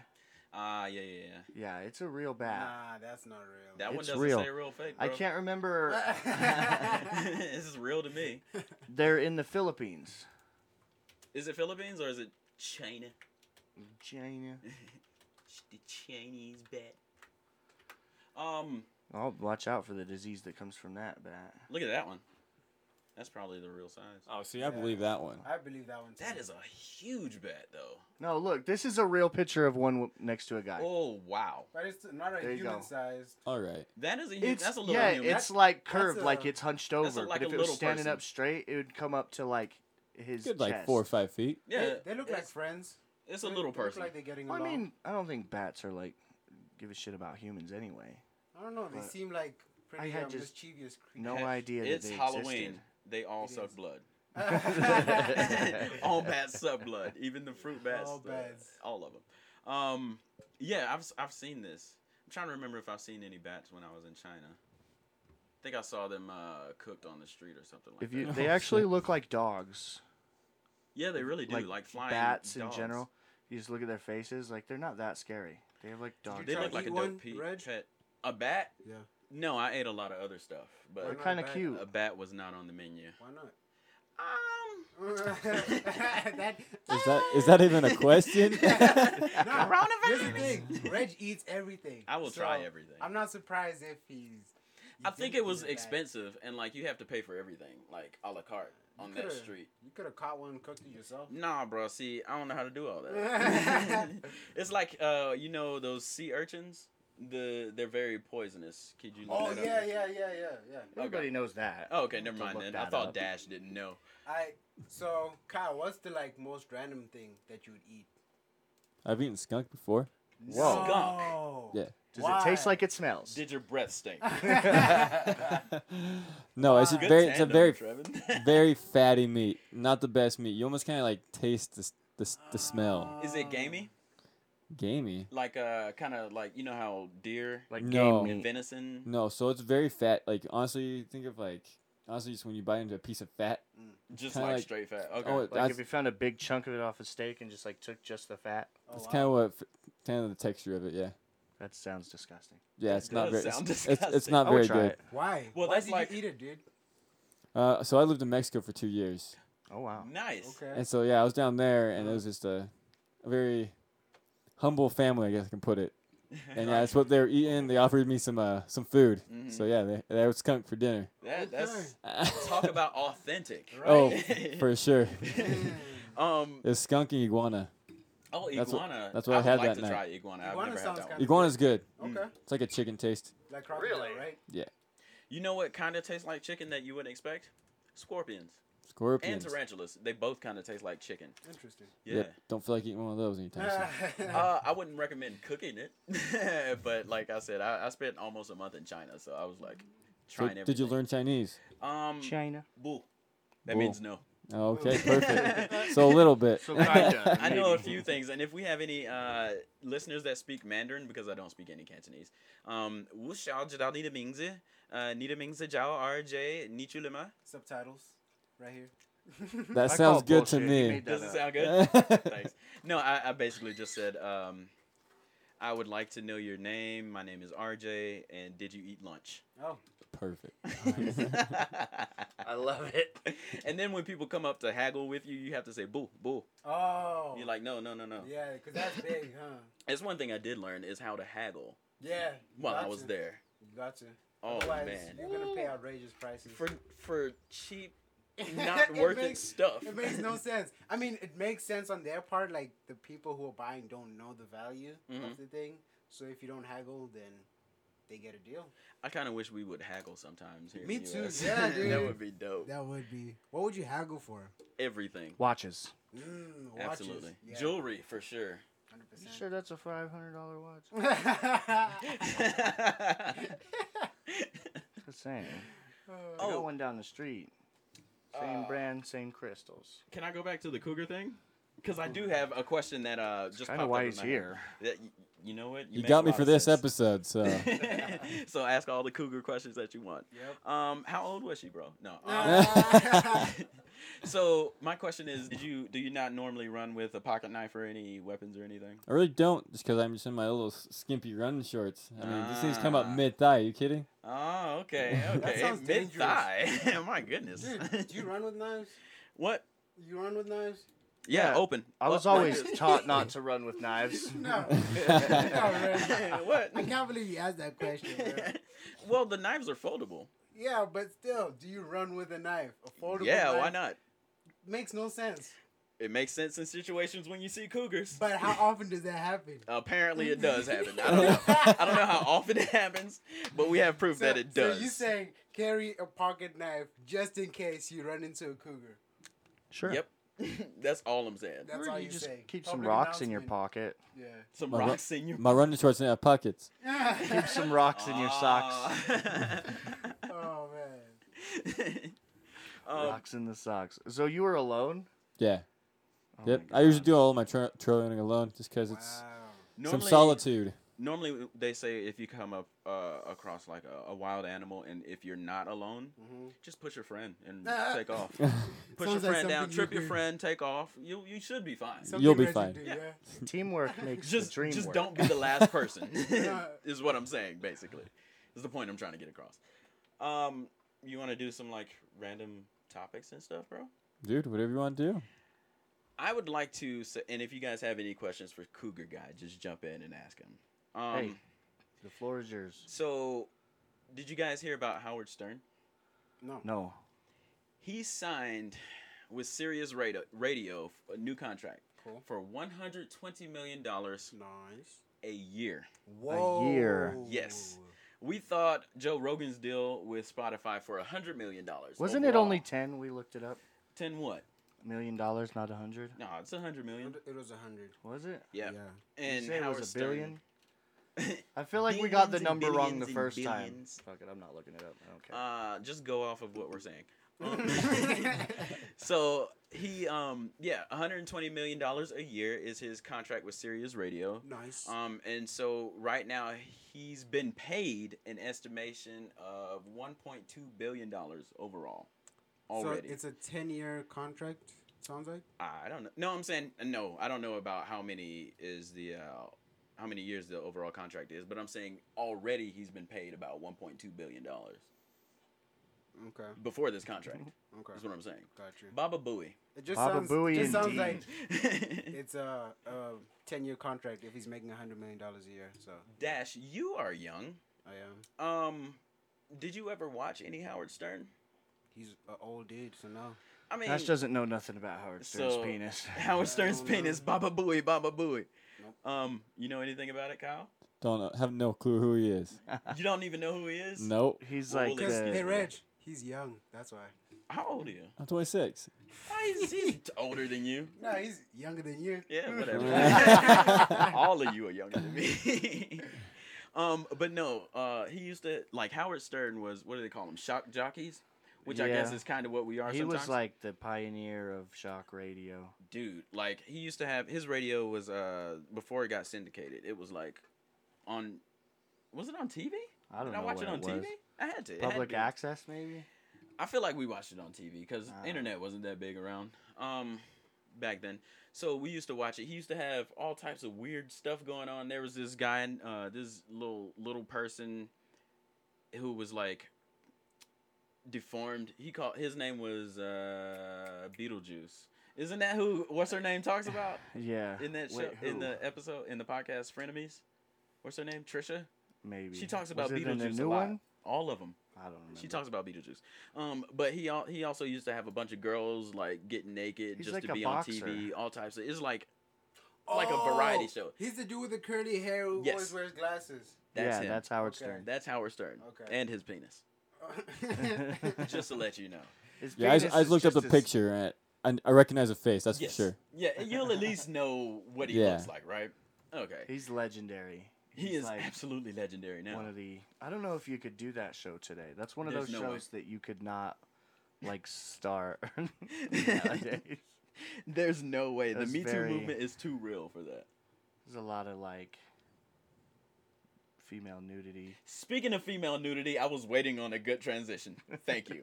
S1: Ah, yeah, yeah, yeah.
S4: Yeah, it's a real bat.
S3: Nah, that's not real.
S1: That one
S4: It's
S1: doesn't
S4: real.
S1: say real fake.
S4: I
S1: bro.
S4: can't remember.
S1: this is real to me.
S4: They're in the Philippines.
S1: Is it Philippines or is it China?
S4: China.
S1: The Chinese bat. Um,
S4: Oh, watch out for the disease that comes from that bat.
S1: look at that one. That's probably the real size.
S4: Uh,
S2: Oh, see, I believe that one.
S3: I believe that one. Too.
S1: That is a huge bat, though.
S4: No, look, this is a real picture of one w- next to a guy.
S1: Oh wow,
S3: But it's not a
S4: There you go.
S3: human sized.
S2: All right.
S1: that is a huge.
S4: It's
S1: That's a little
S4: yeah,
S1: human.
S4: it's like
S3: That's
S4: curved, like
S3: a-
S4: it's hunched
S1: that's
S4: over.
S1: like
S4: but
S1: a
S4: if it was
S1: little
S4: standing
S1: person.
S4: up straight, it would come up to like his
S2: Good, like
S4: chest.
S2: four or five feet.
S1: yeah,
S3: They, they look like
S1: it's,
S3: friends.
S1: it's a
S3: They-
S1: little
S3: they look
S1: person.
S3: like they're getting
S4: I
S3: along.
S4: mean, I don't think bats are like give a shit about humans anyway.
S3: I don't know. They
S4: But-
S3: seem like pretty
S4: had
S3: um,
S4: just-
S3: mischievous creatures.
S4: No
S1: Heck,
S4: idea that
S1: It's
S4: they
S1: Halloween. They all
S3: It
S1: suck
S3: is.
S1: blood.
S4: existed.
S1: all bats suck blood, even the fruit bats.
S3: All
S1: the-
S3: bats.
S1: all of them. Um, yeah, I've I've seen this. I'm trying to remember if I've seen any bats when I was in China. I think I saw them uh, cooked on the Oh, street or something like
S4: If
S1: that.
S4: you,
S2: No
S4: they actually
S2: shit.
S4: look like dogs.
S1: yeah, they really do. Like,
S4: like
S1: flying
S4: bats
S1: dogs.
S4: in general. You just look at their faces; like they're not that scary. They have like dog.
S1: They
S3: Try
S1: look
S3: to
S1: like a
S3: eat
S1: dope
S3: one,
S1: pe-
S3: Reg?
S1: pet. A bat?
S3: Yeah.
S1: No, I ate a lot of other stuff,
S4: They're
S1: but
S3: not
S4: kind of
S3: bad.
S4: cute.
S1: a bat was not on the menu.
S3: Why not?
S1: Um,
S3: that,
S2: Is that is that even a question?
S3: Nah, Here's the thing. Reg eats everything.
S1: I will
S3: so
S1: try everything.
S3: I'm not surprised if he's.
S1: I think it was
S3: expensive.
S1: expensive, and like you have to pay for everything, like a la carte on that
S3: coulda-
S1: street.
S3: You could have caught one and cooked it yourself.
S1: Nah, bro. See, I don't know how to do all that. it's like uh, you know those sea urchins. The they're very poisonous. Could you? look
S3: Oh
S1: that up?
S3: yeah, yeah, yeah, yeah, yeah.
S4: Everybody knows that.
S1: Oh, okay, never
S4: Don't
S1: mind
S4: look
S1: then. I
S4: that
S1: thought
S4: up.
S1: Dash didn't know.
S3: I so Kyle, what's the like most random thing that you would eat?
S2: I've eaten skunk before.
S1: Whoa. Skunk.
S3: No.
S2: Yeah.
S4: Does it taste
S3: Why?
S4: like it smells?
S1: Did your breath stink?
S2: no, it's a
S3: Good
S2: very it's a very
S1: Trevin.
S2: very fatty meat. Not the best meat. You almost kind of like taste the, s- the s- the smell.
S1: Is it gamey?
S2: Gamey.
S1: Like uh, kind of like you know how deer
S4: like
S2: No.
S4: game
S1: and
S4: meat.
S1: venison.
S2: No, so it's very fat. Like honestly, think of like honestly, just when you bite into a piece of fat.
S1: Just
S2: Kinda
S1: like,
S2: like-
S1: straight fat. Okay.
S2: Oh,
S4: Like
S2: that's,
S4: if you found a big chunk of it off a steak and just like took just the fat,
S3: Oh,
S2: that's
S3: wow.
S2: kind of what kind of the texture of it. Yeah,
S4: that sounds disgusting.
S2: yeah. It's not
S1: does
S2: very.
S1: sound
S2: It's, it's, it's
S1: disgusting.
S2: not
S4: I would
S2: very
S4: try
S2: good.
S4: it.
S3: Why?
S1: Well,
S3: Why
S1: that's
S3: did
S1: like-
S3: you eat it, dude?
S2: Uh, so I lived in Mexico for two years,
S4: Oh wow.
S1: nice.
S3: Okay.
S2: and so yeah, I was down there, and it was just a, a very humble family, I guess I can put it. And yeah, that's what they were eating. They offered me some uh, some food. So yeah, they, they was skunk for dinner.
S1: That, that's Mm-hmm. talk
S2: Talk
S1: about authentic.
S2: oh, for sure.
S1: Um.
S2: It's skunk and iguana.
S1: Oh, iguana.
S2: That's what- that's what I
S1: would
S2: had
S1: like
S2: that
S1: to
S2: night.
S1: try iguana. I've
S3: Iguana
S1: never had
S3: sounds
S1: that one.
S3: kinda-
S2: Iguana's good.
S3: Okay.
S2: It's like a chicken taste.
S3: Like crocodile,
S4: Really?
S3: right?
S2: Yeah,
S1: You know what kind of tastes like chicken that you wouldn't expect? Scorpions and
S2: scorpions.
S1: tarantulas. They both kind of taste like chicken.
S3: Interesting.
S1: Yeah.
S2: Don't feel like eating one of those anytime
S4: Ah.
S2: soon.
S1: Uh, I wouldn't recommend cooking it, but like I said, I, I spent almost a month in China, so I was like
S2: So
S1: trying everything.
S3: Mm.
S2: did you learn Chinese?
S1: Um,
S4: China.
S1: bu. That
S2: Bu.
S1: means no.
S2: Oh,
S4: Oh.
S2: Okay, perfect. so a little bit.
S4: So kinda.
S1: I know a
S4: Maybe.
S1: few things, and if we have any uh, listeners that speak Mandarin, because I don't speak any Cantonese, um, 我想知道你的名字, uh, 你的名字叫 RJ 你去了吗?
S3: Subtitles, right here.
S2: that
S4: I
S2: sounds
S4: call
S2: good to
S4: bullshit. You
S2: me.
S4: made that
S1: Does it
S4: up.
S1: sound good? Thanks. No, I, I basically just said, um, I would like to know your name. My name is RJ, and did you eat lunch?
S3: Oh,
S2: Perfect.
S4: I love it.
S1: and then when people come up to haggle with you, you have to say boo, boo.
S3: oh.
S1: You're like, no, no, no, no.
S3: Yeah, because that's big, huh?
S1: That's one thing I did learn is how to haggle
S3: Yeah.
S1: while I
S3: gotcha.
S1: was there.
S3: Gotcha.
S1: Oh
S3: Otherwise,
S1: man,
S3: you're gonna pay outrageous prices.
S1: for for cheap, not
S3: It
S1: worth it
S3: makes-
S1: stuff.
S3: It makes no sense. I mean, it makes sense on their part. Like the people who are buying don't know the value
S1: Mhm.
S3: of the thing, so if you don't haggle, then they get a deal.
S1: I kind of wish we would haggle sometimes here. in
S3: Me
S1: the
S3: too,
S1: US.
S3: yeah,
S1: that
S3: dude.
S1: would be dope.
S3: That would be. What would you haggle for?
S1: Everything,
S4: Watches.
S3: Mm, watches.
S1: absolutely.
S3: Yeah,
S1: Jewelry for sure.
S3: Hundred
S4: You
S3: percent.
S4: sure that's a five hundred dollar watch? Just saying. I
S1: Oh.
S4: got one down the street. Same
S1: Uh,
S4: brand, same crystals.
S1: Can I go back to the cougar thing? Because I do have a question that uh just
S4: Kind of
S1: popped
S4: why
S1: up in
S4: he's
S1: my head.
S4: here.
S1: That- y- you know what?
S2: You
S1: make
S2: got
S1: a
S2: me
S1: lot
S2: for
S1: of
S2: this
S1: sense.
S2: episode, so
S1: so ask all the cougar questions that you want.
S3: Yep.
S1: Um, how old was she, bro? No. um,
S3: Ah.
S1: so my question is, did you do you not normally run with a pocket knife or any weapons or anything?
S2: I really don't, just because I'm just in my little s- skimpy running shorts. I mean, these things come up
S1: Ah.
S2: mid thigh. You kidding?
S1: Oh, okay,
S2: That
S1: okay.
S3: sounds
S1: Mid
S3: dangerous.
S1: thigh. My goodness.
S3: Dude, do you run with knives?
S1: what?
S3: You run with knives?
S1: Yeah,
S4: Yeah,
S1: open.
S4: I was
S1: Up like
S4: always
S1: this.
S4: taught not to run with knives.
S3: No.
S2: No,
S1: What?
S3: I can't believe you asked that question. bro.
S1: well, the knives are foldable.
S3: Yeah, but still, do you run with a knife? A foldable
S1: yeah, why
S3: knife?
S1: not?
S3: Makes no sense.
S1: It makes sense in situations when you see cougars.
S3: But how often does that happen?
S1: Apparently, it does happen. I don't know. I don't know how often it happens, but we have proof
S3: So-
S1: that it does.
S3: So you saying carry a pocket knife just in case you run into a cougar?
S4: Sure.
S1: Yep. That's all I'm saying.
S3: That's
S4: Or
S3: all
S4: you,
S3: you,
S4: just
S3: say.
S4: keep some
S3: Public
S4: rocks in your
S3: announcement.
S4: pocket.
S1: Some
S2: My ro-
S1: rocks in your
S2: My running shorts now have pockets.
S3: Yeah.
S4: Keep some rocks in your socks.
S1: Ah.
S3: Oh man.
S1: um,
S3: Ah.
S4: rocks in the socks. So you were alone?
S2: Yeah.
S4: Oh
S2: yep.
S4: my
S2: I usually
S4: God.
S2: do all my tra- trail running alone, just because it's
S3: Wow.
S1: normally,
S2: some solitude.
S1: Normally, they say if you come up uh, across like a, a wild animal, and if you're not alone,
S3: Mhm.
S1: just push your friend and
S3: Ah.
S1: take off. Push your
S3: Sounds like
S1: friend down,
S3: something you
S1: trip your
S3: do.
S1: friend, take off. You you should be fine.
S3: Something
S2: You'll be fine.
S3: residue, Yeah.
S4: Teamwork makes
S1: just
S4: the dream
S1: just
S4: work.
S1: don't be the last person
S3: Yeah.
S1: is what i'm saying basically is the point i'm trying to get across um you want to do some like random topics and stuff bro
S2: Dude, whatever you want to do.
S1: i would like to say and if you guys have any questions for cougar guy just jump in and ask him um
S4: Hey. The floor is yours.
S1: so did you guys hear about howard stern
S3: No.
S4: No.
S1: he signed with sirius radio, radio a new contract
S3: Cool.
S1: for 120 million dollars
S3: Nice.
S1: a year
S3: Whoa.
S4: year.
S1: Yes. We thought Joe Rogan's deal with Spotify for a hundred million dollars.
S4: Wasn't it only 10? We looked it up.
S1: ten? What?
S4: Million dollars, not a hundred?
S1: No, it's a hundred million.
S3: It was a hundred.
S4: Was it?
S1: Yeah.
S3: Yeah.
S4: Did you
S1: And
S4: say it
S1: Howard
S4: was a
S1: Stern-
S4: billion? I feel like we got the
S1: Billions and
S4: number wrong
S1: billions
S4: the
S1: and
S4: first time.
S1: billions.
S4: Fuck it, I'm not looking it up. I don't care.
S1: Uh, just go off of what we're saying. Um,
S3: Oh.
S1: so he, um, yeah, one hundred and twenty million dollars a year is his contract with Sirius Radio.
S3: Nice.
S1: Um, and so right now he's been paid an estimation of one point two billion dollars overall. Already,
S3: So it's a ten-year contract. Sounds like.
S1: I don't know. No, I'm saying no. I don't know about how many is the uh, how many years the overall contract is, but I'm saying already he's been paid about 1.2 billion dollars
S3: Okay.
S1: before this contract.
S3: Okay.
S1: That's what I'm saying.
S3: Got you.
S1: Baba Booey.
S3: It just
S4: Baba
S3: sounds.
S4: Booey
S3: just sounds
S4: indeed.
S3: like it's a, a ten-year contract if he's making a hundred million dollars a year. So
S1: Dash, you are young.
S3: I am.
S1: Um, did you ever watch any Howard Stern?
S3: He's an old dude, so no.
S1: I mean,
S4: Nash doesn't know nothing about Howard Stern's
S1: So-
S4: penis.
S1: Howard Stern's
S3: I don't know.
S1: penis. Baba Booey. Baba Booey.
S3: Nope.
S1: Um, you know anything about it, Kyle?
S2: Don't know, have no clue who he is.
S1: You don't even know who he is.
S2: Nope.
S4: He's
S1: Well,
S4: like
S1: let's
S4: the-
S1: get
S3: Hey Reg, he's young. That's why.
S1: How old are you?
S2: I'm 26.
S1: He's, he's older than you.
S3: No, he's younger than you.
S1: Yeah, whatever.
S2: Yeah.
S1: All of you are younger than me. um, but no, uh, he used to like Howard Stern was what do they call him? Shock jockeys. which I guess
S4: Yeah.
S1: is kind of what we are.
S4: He
S1: sometimes.
S4: was like the pioneer of shock radio.
S1: dude, like he used to have his radio was uh before it got syndicated. It was like on, was it on TV?
S4: I don't
S1: Did
S4: know
S1: I watch
S4: what
S1: it on TV?
S4: was.
S1: I had to. It had
S4: Public
S1: to be.
S4: access, maybe.
S1: I feel like we watched it on TV because
S4: Ah.
S1: internet wasn't that big around um back then. So we used to watch it. He used to have all types of weird stuff going on. There was this guy, and uh, this little little person, who was like deformed. He called his name was uh, Beetlejuice. Isn't that who? What's her name talks about
S4: Yeah.
S1: in that show,
S4: Wait,
S1: in
S4: who?
S1: the episode in the podcast Frenemies? What's her name? Trisha.
S4: maybe
S1: She talks about
S4: Was it in the
S1: Beetlejuice
S4: new
S1: a lot.
S4: one.
S1: All of them.
S4: I don't remember.
S1: She talks about Beetlejuice. Um, but he al- he also used to have a bunch of girls like getting naked
S4: He's
S1: just
S4: like
S1: to
S4: a
S1: be
S4: boxer. Oh!
S1: on TV, all types of. It's like like a variety show.
S3: Oh, He's the dude with the curly hair who
S1: Yes.
S3: always wears glasses.
S1: That's
S4: yeah,
S1: him.
S4: that's Howard
S3: Okay.
S4: Stern.
S1: That's Howard Stern.
S3: Okay.
S1: And his penis. Just to let you know.
S4: His
S2: Yeah, I, s-
S4: penis
S2: I
S4: is
S2: looked up the
S4: just as-
S2: picture and I, I recognize a face. That's
S1: yes.
S2: for sure.
S1: Yeah, and you'll at least know what he
S2: Yeah.
S1: looks like, right? Okay.
S4: He's legendary.
S1: He
S4: He's
S1: is
S4: like
S1: absolutely legendary now.
S4: one of the. I don't know if you could do that show today. That's one of
S1: There's
S4: those
S1: no way.
S4: shows that you could not like star nowadays.
S1: There's no way. The
S4: That's
S1: Me Too
S4: very-
S1: movement is too real for that.
S4: There's a lot of like female nudity.
S1: Speaking of female nudity, I was waiting on a good transition. Thank you.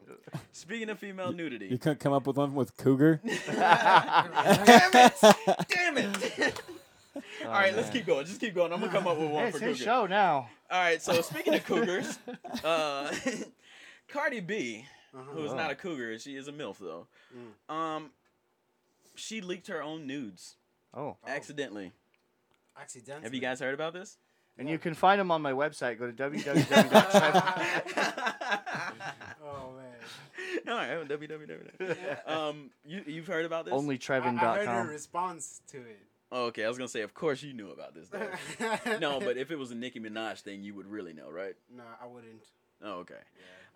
S1: Speaking of female nudity.
S2: You couldn't come up with one with cougar.
S1: Damn it! Damn it! All right, let's
S4: man.
S1: keep going. Just keep going. I'm gonna come up with one
S4: Hey,
S1: for
S4: it's
S1: Cougar.
S4: his show now.
S1: All right. So speaking of Cougars, uh, Cardi B,
S3: Uh-huh.
S1: who
S3: Oh.
S1: is not a Cougar, she is a milf though. Um, she leaked her own nudes
S4: Oh,
S1: accidentally.
S3: Accidentally.
S1: Have you guys heard about this?
S4: and you can find him on my website. Go to www.
S3: Oh man.
S1: All right, www. Um, you you've heard about this?
S4: onlytrevin.com.
S3: I, I heard her response to it.
S1: Oh, okay, I was gonna say, of course you knew about this. Though. no, but if it was a Nicki Minaj thing, you would really know, right?
S3: no, I wouldn't.
S1: Oh, okay.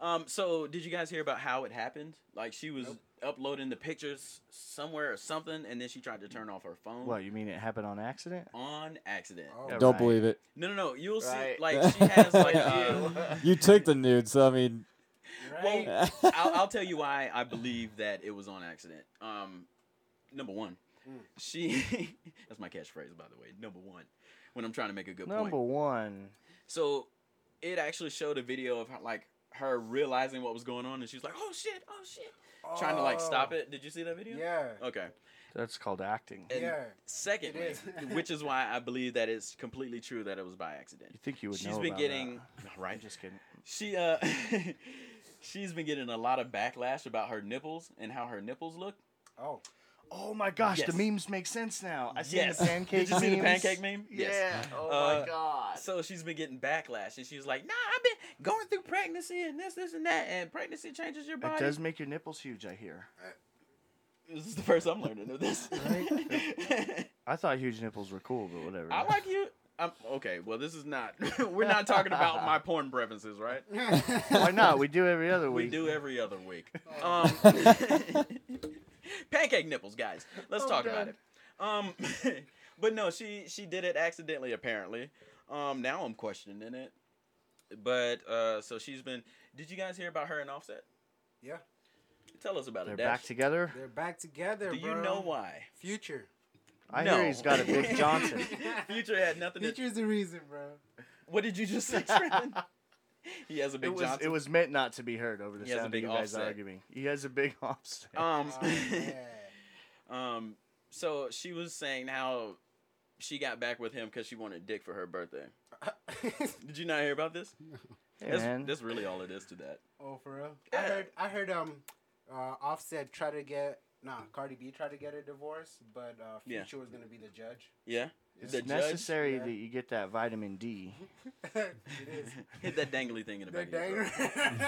S1: Um, so did you guys hear about how it happened? Like she was
S3: Nope.
S1: uploading the pictures somewhere or something, and then she tried to turn off her phone
S4: What you mean? It happened on accident?
S1: on accident.
S3: Oh,
S4: Yeah,
S2: Don't
S4: right.
S2: believe it.
S1: No, no, no. You'll
S4: Right.
S1: see. Like she has like.
S4: Uh,
S1: yeah.
S2: You took the nude, so I mean,
S3: right?
S1: well, I'll, I'll tell you why I believe that it was on accident. Um, number one,
S3: Mm.
S1: she. that's my catchphrase, by the way. Number one, when I'm trying to make a good
S4: Number
S1: point.
S4: one.
S1: So, it actually showed a video of her, like her realizing what was going on, and she was like, "Oh shit! Oh shit!" Trying to like stop it. Did you see that video?
S3: Oh. Yeah.
S1: Okay.
S4: That's called acting.
S1: And
S3: Yeah.
S1: Secondly,
S3: It is.
S1: which is why I believe that it's completely true that it was by accident.
S4: You think you would know
S1: She's been
S4: about
S1: getting
S4: that. I'm
S1: right.
S4: just kidding.
S1: She uh, she's been getting a lot of backlash about her nipples and how her nipples look.
S3: Oh.
S4: Oh my gosh,
S1: Yes.
S4: the memes make sense now. I seen
S1: Yes.
S4: the pancake.
S1: Did you see the
S4: memes.
S1: pancake meme?
S4: Yeah.
S1: Yes.
S4: Oh
S1: Uh,
S4: my god.
S1: So she's been getting backlash, and she's like, "Nah, I've been going through pregnancy and this, this, and that, and pregnancy changes your body."
S4: It does make your nipples huge. I hear.
S1: This is the first I'm learning of this.
S4: I thought huge nipples were cool, but whatever.
S1: I like you. I'm, okay, well, this is not. we're not talking about my porn preferences, right?
S4: Why not? We do every other
S1: We
S4: week.
S1: do every other week. Um, pancake nipples, guys. Let's
S4: Oh,
S1: talk about
S4: God.
S1: it. Um, but no, she she did it accidentally apparently. Um, now I'm questioning it. But uh, so she's been. Did you guys hear about her and Offset?
S3: yeah.
S1: Tell us about
S4: They're
S1: it.
S4: back
S1: Dash.
S4: together.
S3: They're back together,
S1: Do you
S3: bro.
S1: know why?
S3: Future.
S4: I
S1: No.
S4: hear he's got a big Johnson.
S1: Future had nothing. To,
S3: Future's the reason, bro.
S1: what did you just say? Brandon? he has a big
S4: it was
S1: Johnson.
S4: it was meant not to be heard over the
S1: He has a
S4: sound of
S1: big
S4: you guys
S1: offset.
S4: arguing. He has a big offset.
S1: um.
S3: Oh, yeah.
S1: Um, so she was saying how she got back with him because she wanted dick for her birthday. Did you not hear about this?
S4: hey
S1: that's,
S4: man,
S1: that's really all it is to that.
S3: oh, for real? I
S1: Yeah.
S3: heard. I heard. Um, uh, Offset tried to get. Nah, Cardi B tried to get a divorce, but uh,
S1: Yeah.
S3: Future was gonna be the judge.
S1: Yeah,
S4: it's
S1: the judge-
S4: necessary
S3: Yeah.
S4: that you get that vitamin D.
S3: it is.
S1: hit that dangly thing in the back.
S3: The
S1: of your throat.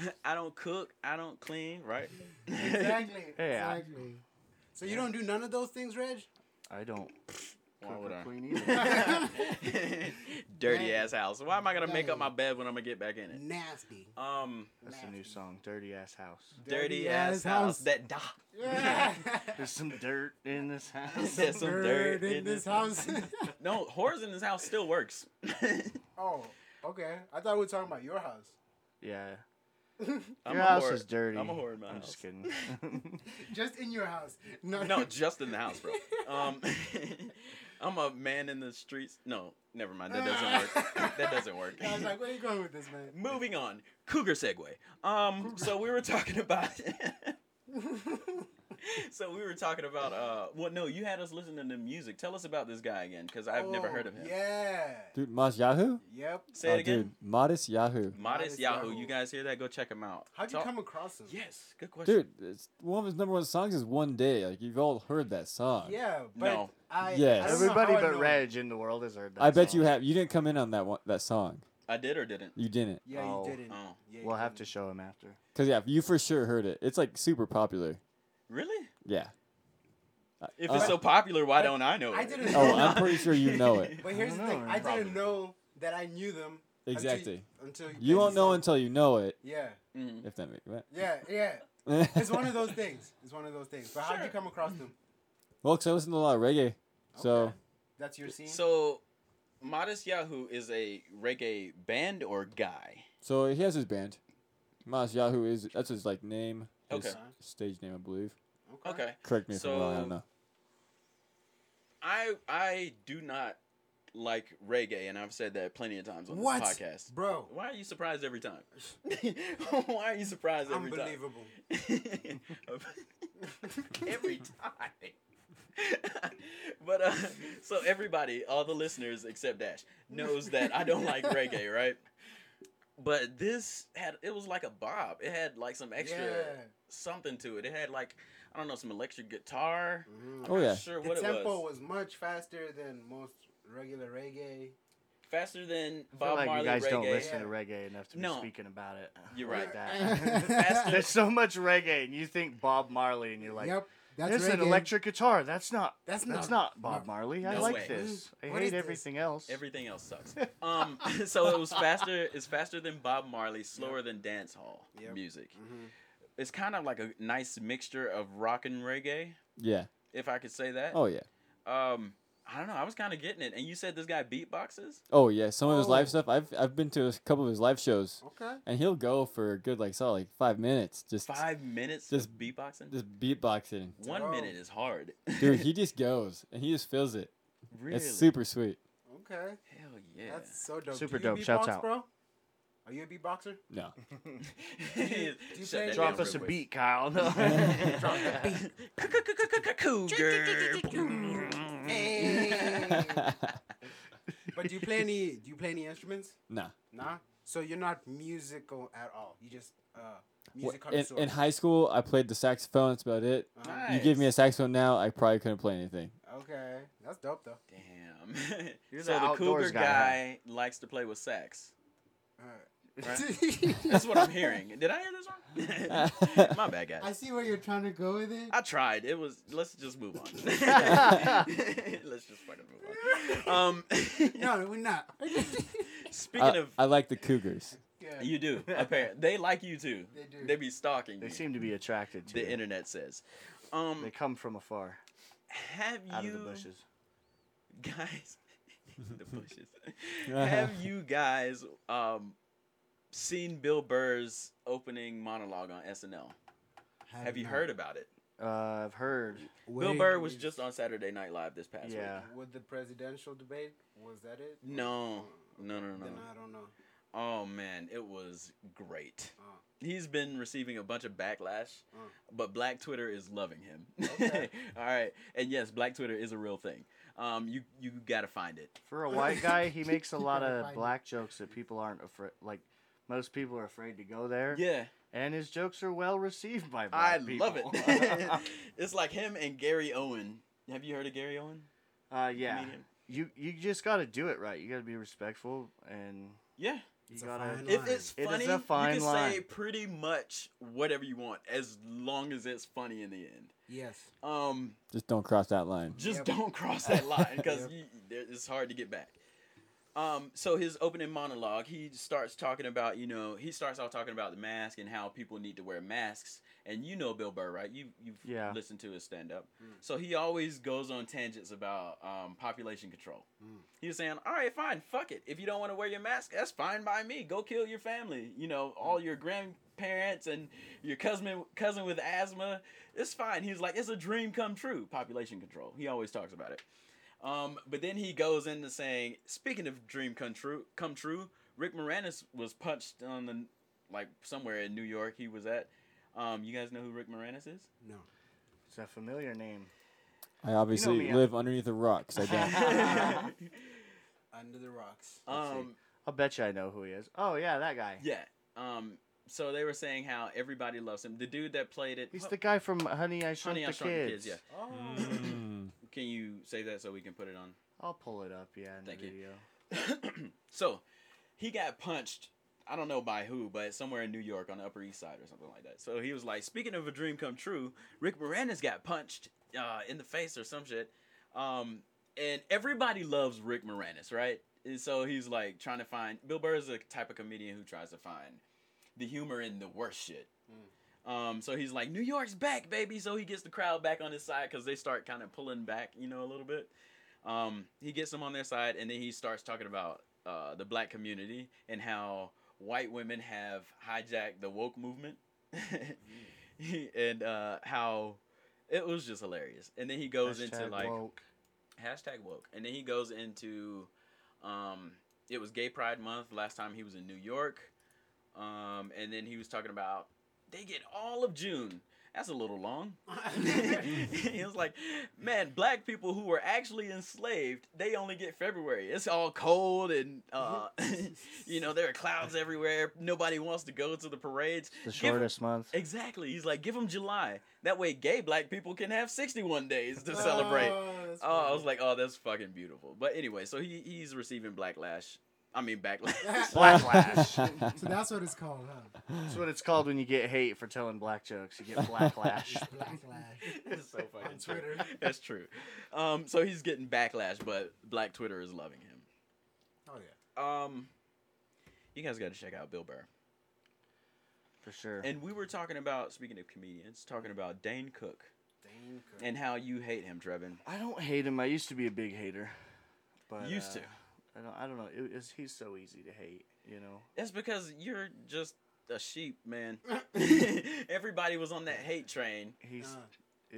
S3: dang-
S1: I don't cook. I don't clean. Right.
S3: exactly.
S4: Yeah.
S3: Exactly. So you don't do none of those things, Reg?
S4: I don't.
S1: Why would I?
S4: clean either.
S1: Dirty
S3: Dang.
S1: ass house. Why am I gonna make up my bed when I'm gonna get back in it?
S3: Nasty.
S1: Um,
S4: That's a new song, Dirty Ass House.
S1: dirty, ass, house. That da.
S4: There's some dirt in this house.
S1: There's some dirt,
S3: Nerd in this house.
S1: No, whores in this house still works.
S3: oh, okay. I thought we were talking about your house.
S4: Yeah.
S1: I'm
S4: Your
S1: a
S4: house
S1: whore.
S4: is dirty.
S1: I'm a whore in my
S4: I'm
S1: house.
S4: just kidding.
S3: Just in your house. No,
S1: no, just in the house, bro. Um, I'm a man in the streets. No, never mind. That doesn't work. that doesn't work.
S3: I was like, where are you going with this, man?
S1: Moving on. Cougar segue. Um, so we were talking about. so we were talking about. Uh, well, no, you had us listening to music. Tell us about this guy again, because I've never
S3: Oh,
S1: heard of him.
S3: Yeah.
S2: Dude, Modest Yahoo?
S3: Yep.
S1: Say it
S2: Oh,
S1: again.
S2: Dude, Modest Yahoo.
S1: Modest
S3: Modest
S1: Yahoo.
S3: Yahoo.
S1: You guys hear that? Go check him out.
S3: How'd you
S1: Talk-
S3: come across him?
S1: Yes, good question.
S2: Dude, it's, one of his number one songs is One Day. Like, you've all heard that song.
S3: Yeah, but
S1: No.
S3: I.
S2: Yes.
S3: I don't know
S4: Everybody
S3: how I know
S4: but
S3: him.
S4: Reg in the world has heard that.
S2: I bet you
S4: song.
S2: have. You didn't come in on that one, that song.
S1: I did or didn't?
S2: You didn't.
S3: Yeah,
S4: Oh.
S3: you didn't.
S1: Oh.
S3: Yeah, you
S4: We'll have to
S3: didn't.
S4: show him after.
S2: Because, yeah, you for sure heard it. It's, like, super popular.
S1: Really?
S2: Yeah. Uh,
S1: If
S2: uh,
S1: it's so popular, why
S3: but
S1: don't I know
S3: I
S1: it?
S3: didn't
S2: Oh, I'm pretty sure you know it.
S3: But here's
S4: I
S3: the
S4: don't
S3: thing.
S4: know,
S3: I
S1: probably.
S3: didn't know that I knew them. until you-
S2: Exactly.
S3: Until, you,
S2: You won't
S3: guys
S2: know
S3: said-
S2: until you know it,
S3: Yeah.
S1: Mhm.
S2: if that makes sense.
S3: Yeah. Yeah. It's one of those things. It's one of those things. But how'd you
S1: Sure.
S3: come across them?
S2: Well, 'cause I listen to a lot of reggae. So,
S3: Okay. That's your scene.
S1: So, Modest Yahoo is a reggae band or guy.
S2: so he has his band. Mas Yahoo is that's his like name, his
S1: Okay.
S2: stage name, I believe.
S1: Okay.
S2: Correct me if I'm wrong. I don't
S1: So-
S2: know.
S1: I I do not like reggae, and I've said that plenty of times on
S3: What?
S1: this podcast.
S3: Bro.
S1: Why are you surprised every time? Why are you surprised every time?
S3: Unbelievable.
S1: every time. but uh, so everybody, all the listeners except Dash, knows that I don't like reggae, right? But this had it was like a bob. It had like some extra
S3: Yeah.
S1: something to it. It had like I don't know some electric guitar.
S3: Mhm.
S2: Oh
S1: Not
S2: yeah,
S1: sure
S3: The
S1: Mm-hmm. what it
S3: tempo
S1: was.
S3: was. much faster than most regular reggae.
S1: Faster than
S4: I feel
S1: Bob
S4: like
S1: Marley
S4: you guys
S1: reggae.
S4: don't listen to
S3: Yeah.
S4: reggae enough to
S1: No.
S4: be speaking about it.
S1: You're right.
S4: like That.
S1: Faster-
S4: There's so much reggae, and you think Bob Marley, and you're like,
S3: yep. That's
S4: "There's an
S3: reggae.
S4: electric guitar. That's not.
S3: That's
S4: That's
S3: not-
S4: not Bob
S3: no.
S4: Marley. I
S1: No
S4: like
S1: way.
S4: this. I
S3: What is this?
S4: hate everything else.
S1: Everything else sucks. Um, so it was faster. It's faster than Bob Marley, slower than dance hall
S3: Yep.
S1: music.
S3: Mhm.
S1: It's kind of like a nice mixture of rock and reggae,
S2: yeah.
S1: if I could say that.
S2: Oh yeah.
S1: Um, I don't know. I was kind of getting it, and you said this guy beatboxes.
S2: Oh yeah. Some of his
S3: Oh.
S2: live stuff. I've I've been to a couple of his live shows,
S3: Okay.
S2: and he'll go for a good like solid like five minutes just
S1: Five minutes
S2: Just-
S1: of beatboxing.
S2: just beatboxing.
S1: One
S3: Oh.
S1: minute is hard.
S2: Dude, he just goes and he just feels it.
S1: really?
S2: It's super sweet.
S3: Okay.
S1: Hell yeah.
S3: That's so dope.
S4: Super
S3: Do you
S4: dope. Shouts
S3: beatbox,
S4: out.
S3: bro. Are you a beatboxer?
S2: No.
S3: you- do you
S1: Shut
S3: play-
S1: that
S4: Drop
S1: down
S4: us a
S1: real quick.
S4: beat, Kyle.
S1: Drop that beat. Cougar.
S3: Hey. but do you play any? Do you play any instruments?
S2: nah.
S3: Nah. So you're not musical at all. You just uh
S2: Wha-
S3: music
S2: In,
S3: connoisseur.
S2: in high school, I played the saxophone. That's about it.
S3: Uh-huh.
S2: You give me a
S1: Nice.
S2: saxophone now, I probably couldn't play anything.
S3: Okay, that's dope though.
S1: Damn.
S4: You're
S1: so
S4: the
S1: the cougar
S4: outdoors
S1: guy,
S4: guy, huh?
S1: likes to play with sax.
S3: Uh,
S1: That's what I'm hearing. Did I hear this wrong? My bad,
S3: I
S1: guys.
S3: see where you're trying to go with it.
S1: I tried. It was. Let's just move on. let's just fucking move on. Um,
S3: no, we're not.
S1: speaking
S2: I,
S4: Uh,
S1: of,
S2: I like the Cougars.
S3: yeah.
S1: you do. Apparently, they like you too.
S3: They do.
S1: They be stalking.
S4: they
S1: you,
S4: seem to be attracted to
S1: The
S4: it.
S1: internet says. Um,
S4: They come from afar,
S1: have
S4: out
S1: you
S4: of the bushes.
S1: guys the bushes have you guys um seen bill burr's opening monologue on snl have you heard about it
S4: Uh, I've heard.
S1: bill burr was just on saturday night live this past
S4: Yeah.
S1: week
S3: With the presidential debate, was that it?
S1: no no no no
S3: Then I don't know.
S1: oh man it was great
S3: Uh,
S1: he's been receiving a bunch of backlash
S3: Mm.
S1: but black twitter is loving him
S3: Okay.
S1: all right and yes black twitter is a real thing um you you gotta find it
S4: For a white guy, he makes a lot
S3: gotta find
S4: of
S3: it.
S4: black jokes that people aren't afraid. Like most people are afraid to go there.
S1: yeah
S4: And his jokes are well received by
S1: I
S4: black people.
S1: love it. it's like him and Gary Owen. Have you heard of Gary Owen?
S4: uh, yeah.
S1: Comedian?
S4: You you just got to do it right. You got to be respectful and
S1: Yeah.
S4: you
S3: It's a
S4: gotta.
S3: fine
S1: If
S3: Line.
S1: it's
S4: It is
S1: funny,
S4: a fine
S1: you can say
S4: line.
S1: pretty much whatever you want as long as it's funny in the end.
S3: yes.
S1: Um,
S2: Just don't cross that line.
S1: just
S3: Yep.
S1: don't cross that line because
S3: Yep.
S1: it's hard to get back. Um, so his opening monologue, he starts talking about, you know, he starts off talking about the mask and how people need to wear masks. And you know Bill Burr, right? You you've
S4: Yeah.
S1: listened to his stand up. So he always goes on tangents about um, population control. He was saying, "All right, fine, fuck it. If you don't want to wear your mask, that's fine by me. Go kill your family. You know, all your grandparents and your cousin cousin with asthma. It's fine." He's like, "It's a dream come true. Population control." He always talks about it. Um, but then he goes into saying, speaking of dream come true, come true, Rick Moranis was punched on the like somewhere in New York he was at. Um, you guys know who Rick Moranis is?
S3: No.
S4: It's a familiar name.
S2: I obviously
S4: me, I-
S2: live underneath a rock, so I don't.
S3: Under the rocks.
S1: um,
S4: I'll bet you I know who he is. Oh yeah, that guy.
S1: yeah. Um, so they were saying how everybody loves him. The dude that played it,
S4: He's
S1: what-
S4: the guy from Honey I Shrunk
S1: Honey, I
S4: the
S1: Shrunk the
S4: Kids.
S1: Kids. Yeah.
S3: Oh.
S2: Mm.
S1: Can you say that so we can put it on?
S4: I'll pull it up. Yeah, in
S1: Thank
S4: the
S1: you.
S4: video.
S1: So he got punched. I don't know by who, but somewhere in New York on the Upper East Side or something like that. So he was like, speaking of a dream come true, Rick Moranis got punched uh, in the face or some shit. Um, and everybody loves Rick Moranis, right? And so he's like trying to find. Bill Burr is a type of comedian who tries to find the humor in the worst shit.
S4: Mm.
S1: Um, so he's like, New York's back, baby. So he gets the crowd back on his side because they start kind of pulling back, you know, a little bit. Um, he gets them on their side, and then he starts talking about uh, the black community and how white women have hijacked the woke movement,
S4: Mm.
S1: and uh, how it was just hilarious. And then he goes into
S4: Hashtag
S1: like
S4: woke.
S1: hashtag woke, and then he goes into um, it was Gay Pride Month last time he was in New York, um, and then he was talking about they get all of June. That's a little long. he was like, man, black people who were actually enslaved, they only get February. It's all cold and, uh, you know, there are clouds everywhere. Nobody wants to go to the parades.
S4: the
S1: Give 'em-
S4: shortest month.
S1: exactly. He's like, give them July. That way, gay black people can have 61 days to celebrate. Oh, I was like, oh, that's fucking beautiful. But anyway, so he, he's receiving blacklash. I mean, backlash.
S4: Blacklash.
S5: So that's what it's called, huh?
S4: That's what it's called when you get hate for telling black jokes. You get blacklash.
S5: Blacklash.
S1: It's so fucking
S5: On
S1: true.
S5: Twitter.
S1: That's true. Um, so he's getting backlash, but Black Twitter is loving him.
S3: Oh, yeah.
S1: Um, you guys got to check out Bill Burr.
S4: for sure.
S1: And we were talking about speaking of comedians, talking about Dane Cook
S3: Dane Cook.
S1: and how you hate him, Trevin.
S4: I don't hate him. I used to be a big hater. But
S1: Used to.
S4: uh, I don't. I don't know. It, it's, he's so easy to hate. You know.
S1: That's because you're just a sheep, man. Everybody was on that hate train.
S4: He's.
S3: Uh.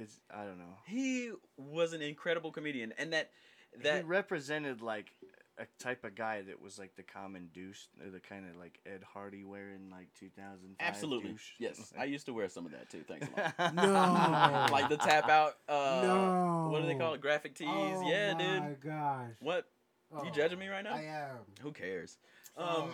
S4: It's. I don't know.
S1: He was an incredible comedian, and that that
S4: he represented like a type of guy that was like the common douche, or the kind of like Ed Hardy wearing like 2005.
S1: absolutely
S4: douche.
S1: yes. I used to wear some of that too. Thanks, mom.
S5: No.
S1: like the tap out. Uh,
S5: No.
S1: What do they call it? Graphic tees.
S5: Oh
S1: yeah,
S5: my
S1: dude.
S5: gosh.
S1: What?
S5: Oh,
S1: You judging me right now?
S5: I am.
S1: Who cares? Um,
S5: Oh.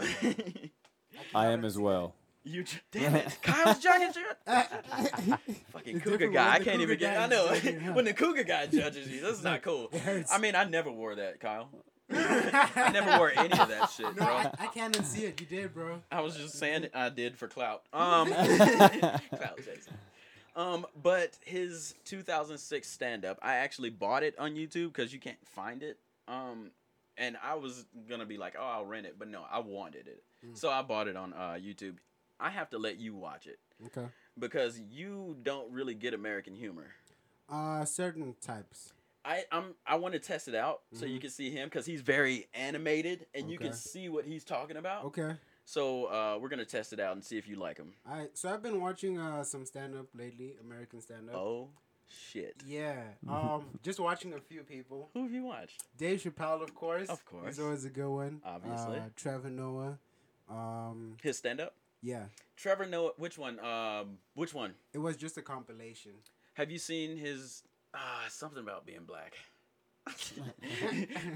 S2: I am as well.
S1: you j- damn it, Kyle's judging you. Fucking
S5: It's
S1: cougar
S5: different
S1: guy.
S5: when
S1: I
S5: the
S1: can't
S5: cougar
S1: even get.
S5: guy
S1: I know
S5: is judging, huh?
S1: when the cougar guy judges you, this is not cool.
S5: It hurts.
S1: I mean, I never wore that, Kyle. I never wore any of that shit,
S5: No,
S1: bro.
S5: I, I can't unsee it. You did, bro.
S1: I was just saying it, I did for clout. Um, clout chasing. Um, but his 2006 stand-up, I actually bought it on YouTube because you can't find it. Um, and I was gonna be like, oh, I'll rent it, but no, I wanted it,
S3: Hmm.
S1: so I bought it on uh, YouTube. I have to let you watch it
S5: Okay.
S1: because you don't really get American humor.
S3: Uh, certain types.
S1: I I'm I want to test it out so you can see him because he's very animated and you can
S3: Mm-hmm. Okay.
S1: see what he's talking about.
S3: Okay.
S1: So uh, we're gonna test it out and see if you like him.
S3: I so I've been watching uh some stand up lately, American stand up.
S1: Oh shit!
S3: Yeah. Um, just watching a few people.
S1: Who have you watched?
S3: Dave Chappelle, of course.
S1: Of course.
S3: He's always a good one.
S1: Obviously.
S3: Uh, Trevor Noah. Um,
S1: His stand up.
S3: yeah.
S1: Trevor Noah. Which one? Um, which one?
S3: It was just a compilation.
S1: Have you seen his? Ah, something about being black.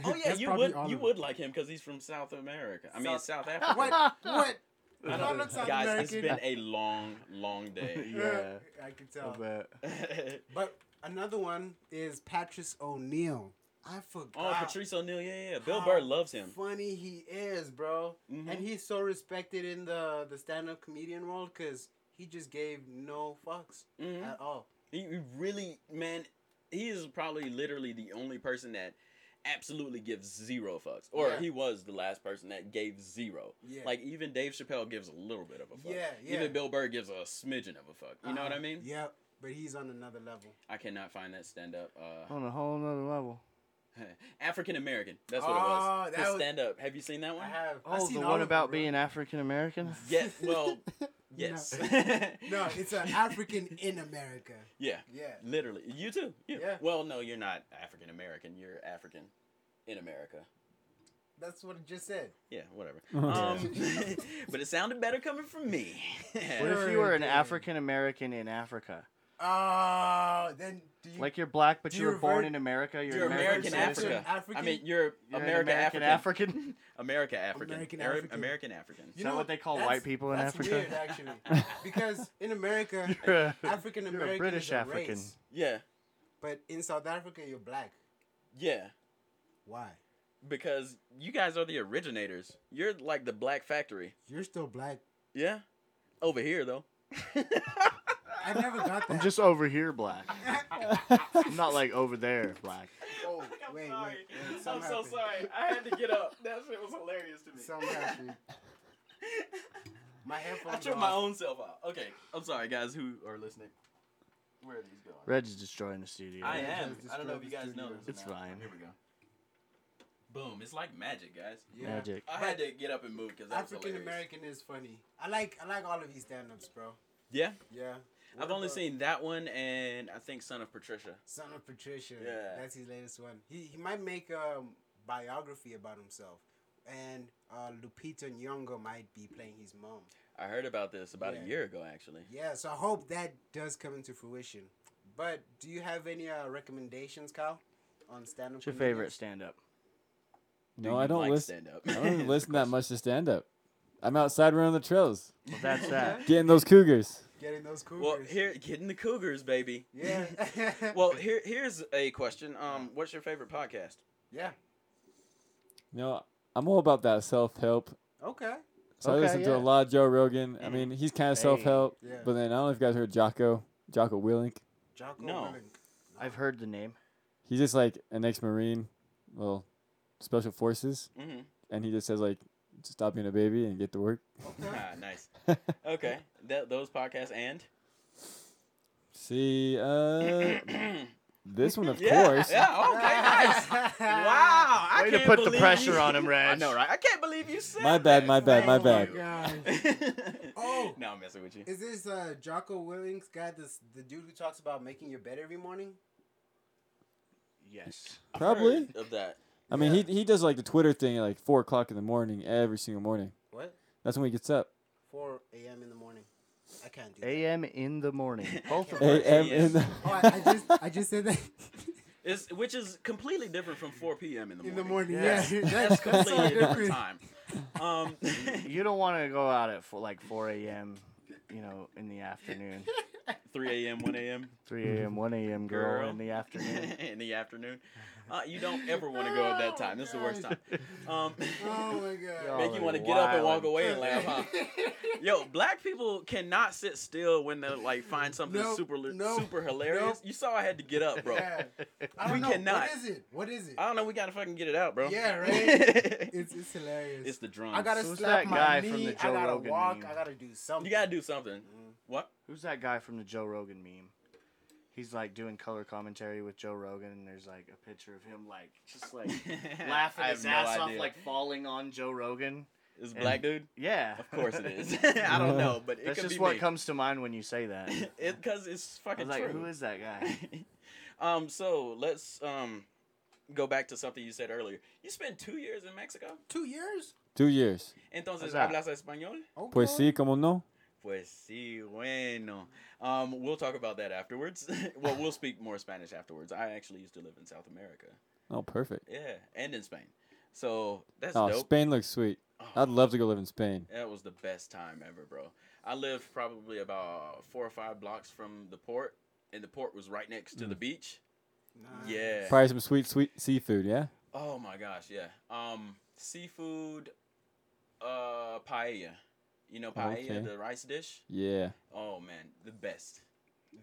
S1: oh yeah,
S5: That's
S1: you
S5: probably
S1: would
S5: all
S1: you
S5: of
S1: would like him because he's from South America. I mean
S3: South-
S1: South Africa.
S3: What? What?
S1: I
S3: I'm
S1: don't-
S3: not South
S1: guys,
S3: American.
S1: it's been a long, long day.
S4: Yeah.
S3: I can
S4: I
S3: tell.
S4: bet.
S3: But another one is Patrice O'Neill. I
S1: oh,
S3: forgot.
S1: Patrice O'Neill. Yeah, yeah. yeah. Bill
S3: How
S1: Burr loves him.
S3: Funny he is, bro.
S1: Mhm.
S3: And he's so respected in the the stand up comedian world because he just gave no fucks
S1: Mhm.
S3: at all.
S1: He he really, man, he is probably literally the only person that absolutely gives zero fucks, or
S3: Yeah.
S1: he was the last person that gave zero.
S3: Yeah.
S1: Like even Dave Chappelle gives a little bit of a fuck.
S3: Yeah, yeah.
S1: Even Bill Burr gives a smidgen of a fuck. You know what I
S3: Uh-huh.
S1: mean?
S3: Yep. But he's on another level.
S1: I cannot find that stand up. Uh,
S4: On a whole nother level.
S1: African American. That's what it was.
S3: Oh, that
S1: His
S3: was-
S1: stand up. Have you seen that
S3: I
S1: one?
S3: have. I've
S4: Oh,
S3: seen
S4: the
S3: all
S4: one
S3: of
S4: about
S3: them, bro.
S4: being African American?
S1: Yeah. Well, yes.
S3: No, it's an African in America.
S1: yeah.
S3: Yeah.
S1: Literally. You too. Yeah.
S3: Yeah.
S1: Well, no, you're not African American. You're African in America.
S3: That's what it just said.
S1: Yeah, whatever.
S2: Yeah.
S1: Um, but it sounded better coming from me.
S4: What if you were
S3: Sure,
S4: an
S3: dude.
S4: African American in Africa?
S3: Oh, then do you
S4: Like you're black, but
S3: Do
S4: you,
S3: you
S4: were born
S3: revert-
S4: in America. You're,
S1: You're
S4: an American,
S1: American
S4: citizen.
S1: Africa.
S3: African-
S1: I mean, you're,
S4: You're an
S1: American,
S4: American
S1: African.
S4: African.
S1: America African.
S3: American
S1: Arab-
S3: African.
S1: American African.
S4: Is that what they call
S3: that's-
S4: white people in
S3: that's
S4: Africa?
S3: Weird, actually, because in America,
S4: You're a-
S3: African
S4: you're a
S3: American
S4: British
S3: is a
S4: African.
S3: race,
S1: Yeah.
S3: but in South Africa, you're black.
S1: Yeah.
S3: Why?
S1: Because you guys are the originators. You're like the black factory.
S3: You're still black.
S1: Yeah. Over here though.
S3: I never got that.
S4: I'm just over here black. I'm not like over there black.
S3: Oh, wait, wait, wait, something happened.
S1: I had to get up. That shit was hilarious to me.
S3: Something happened. My headphones.
S1: I
S3: are
S1: tripped my
S3: off.
S1: own self out. Okay, I'm sorry, guys, who are listening. Where are these going?
S4: Reg is destroying the studio.
S1: I
S3: Yeah,
S1: am.
S3: just
S1: I don't know if you
S3: destroy the
S1: guys know
S3: studio.
S1: this. or
S4: It's
S1: not.
S4: fine.
S1: Here we go. Boom! It's like magic, guys.
S3: Yeah.
S4: Magic.
S1: I had to get up and move because
S3: African American is funny. I like I like all of his stand-ups, bro.
S1: Yeah,
S3: Yeah.
S1: I've
S3: What
S1: only
S3: about
S1: seen that one and I think Son of Patricia.
S3: Son of Patricia.
S1: Yeah.
S3: That's his latest one. He he might make a biography about himself, and uh, Lupita Nyong'o might be playing his mom.
S1: I heard about this about
S3: Yeah.
S1: a year ago, actually.
S3: Yeah, so I hope that does come into fruition. But do you have any uh, recommendations, Kyle, on stand-up?
S4: What's your
S3: comedians?
S4: favorite stand up?
S1: Do
S2: No,
S1: you
S2: I don't
S1: like
S2: listen.
S1: Stand up.
S2: I don't even listen that much to stand up. I'm outside running the trails,
S4: Well, that's that.
S2: getting those cougars.
S3: Getting those cougars.
S1: Well, here, getting the Cougars, baby.
S3: Yeah.
S1: well, here, here's a question. Um, what's your favorite podcast?
S3: yeah.
S2: No, I'm all about that self help.
S3: Okay.
S2: So I
S4: Okay,
S2: listen to
S4: yeah.
S2: a lot of Joe Rogan. I
S1: Mhm.
S2: mean, he's kind of
S4: Hey.
S2: self help,
S3: Yeah.
S2: but then I don't know if you guys heard Jocko, Jocko Willink.
S3: Jocko
S1: No.
S3: Willink.
S4: I've heard the name.
S2: He's just like an ex Marine, well, special forces,
S1: Mm-hmm.
S2: and he just says like, stop being a baby and get to work.
S1: ah, nice. Okay, that those podcasts and
S2: See, uh, this one of
S1: yeah,
S2: course.
S1: Yeah, okay, nice. Wow, I
S4: Way to
S1: can't
S4: put the
S1: believe
S4: pressure
S1: you-
S4: on him, Reg.
S1: I know, right? I can't believe you said.
S2: My bad, my bad, my
S5: Oh my
S2: bad.
S5: God.
S1: oh,
S3: Oh.
S1: no, I'm messing with you.
S3: Is this uh, Jocko Willink's guy, this, the dude who talks about making your bed every morning?
S4: Yes.
S2: Probably.
S1: Heard of that.
S2: I mean,
S3: Yeah.
S2: he he does like the Twitter thing at like four o'clock in the morning every single morning.
S3: What?
S2: That's when he gets up.
S3: 4 a.m. in the morning. I can't do that.
S4: A.M. in the morning. Both of us.
S2: A.M. in the
S3: Oh, I, I just I just said that
S1: It's, which is completely different from 4 p.m. in the morning.
S3: in the morning. Yeah,
S4: Yeah.
S3: that's, that's so
S1: completely different
S3: different.
S1: time. Um,
S4: You don't want to go out at four, like 4 a.m., you know, in the afternoon.
S1: 3 a.m., 1 a.m.
S4: 3 a.m., 1 a.m. girl, in the afternoon.
S1: in the afternoon. Uh, you don't ever want to go at that time. This is the worst time. Um,
S3: Oh my god.
S1: make you want to get up and walk away and laugh, huh? Yo, black people cannot sit still when they like find something
S3: Nope,
S1: super
S3: nope,
S1: super hilarious.
S3: nope.
S1: You saw I had to get up, bro.
S3: Yeah. I don't
S1: We
S3: know.
S1: cannot.
S3: What is it? What is it?
S1: I don't know. We gotta fucking get it out, bro.
S3: Yeah, right?
S1: it's,
S3: It's it's hilarious.
S1: the drums.
S3: I gotta
S4: Who's
S3: slap
S4: that
S3: my
S4: guy
S3: knee.
S4: from the
S3: I
S4: Joe
S3: gotta
S4: Rogan
S3: walk.
S4: meme?
S3: I gotta do something.
S1: you gotta do something. What?
S4: Who's that guy from the Joe Rogan meme? He's like doing color commentary with Joe Rogan, and there's like a picture of him like just like laughing
S1: I have
S4: his
S1: no
S4: ass off,
S1: idea.
S4: like falling on Joe Rogan.
S1: It's a black dude.
S4: Yeah,
S1: Of course it is. I don't know, but it
S4: That's
S1: could
S4: just
S1: be
S4: what
S1: me.
S4: comes to mind when you say that.
S1: it because it's
S4: I
S1: fucking
S4: was like,
S1: true.
S4: who is that guy?
S1: um, so let's um go back to something you said earlier. You spent two years in Mexico.
S3: Two years?
S2: Two years.
S1: Entonces
S4: What's that?
S1: hablas español?
S3: Okay.
S2: Pues sí, como no.
S1: Pues sí, bueno. Um, we'll talk about that afterwards. well, we'll speak more Spanish afterwards. I actually used to live in South America.
S2: Oh, perfect.
S1: Yeah, and in Spain. So that's
S2: Oh,
S1: dope. Oh,
S2: Spain looks sweet. I'd love to go live in Spain.
S1: That was the best time ever, bro. I lived probably about four or five blocks from the port, and the port was right next
S4: Mm.
S1: to the beach.
S3: Nice.
S1: Yeah.
S2: Probably some sweet, sweet seafood. Yeah.
S1: Oh my gosh, yeah. Um, seafood, uh, paella. You know paella,
S2: Okay.
S1: the rice dish.
S2: Yeah.
S1: Oh man, the best,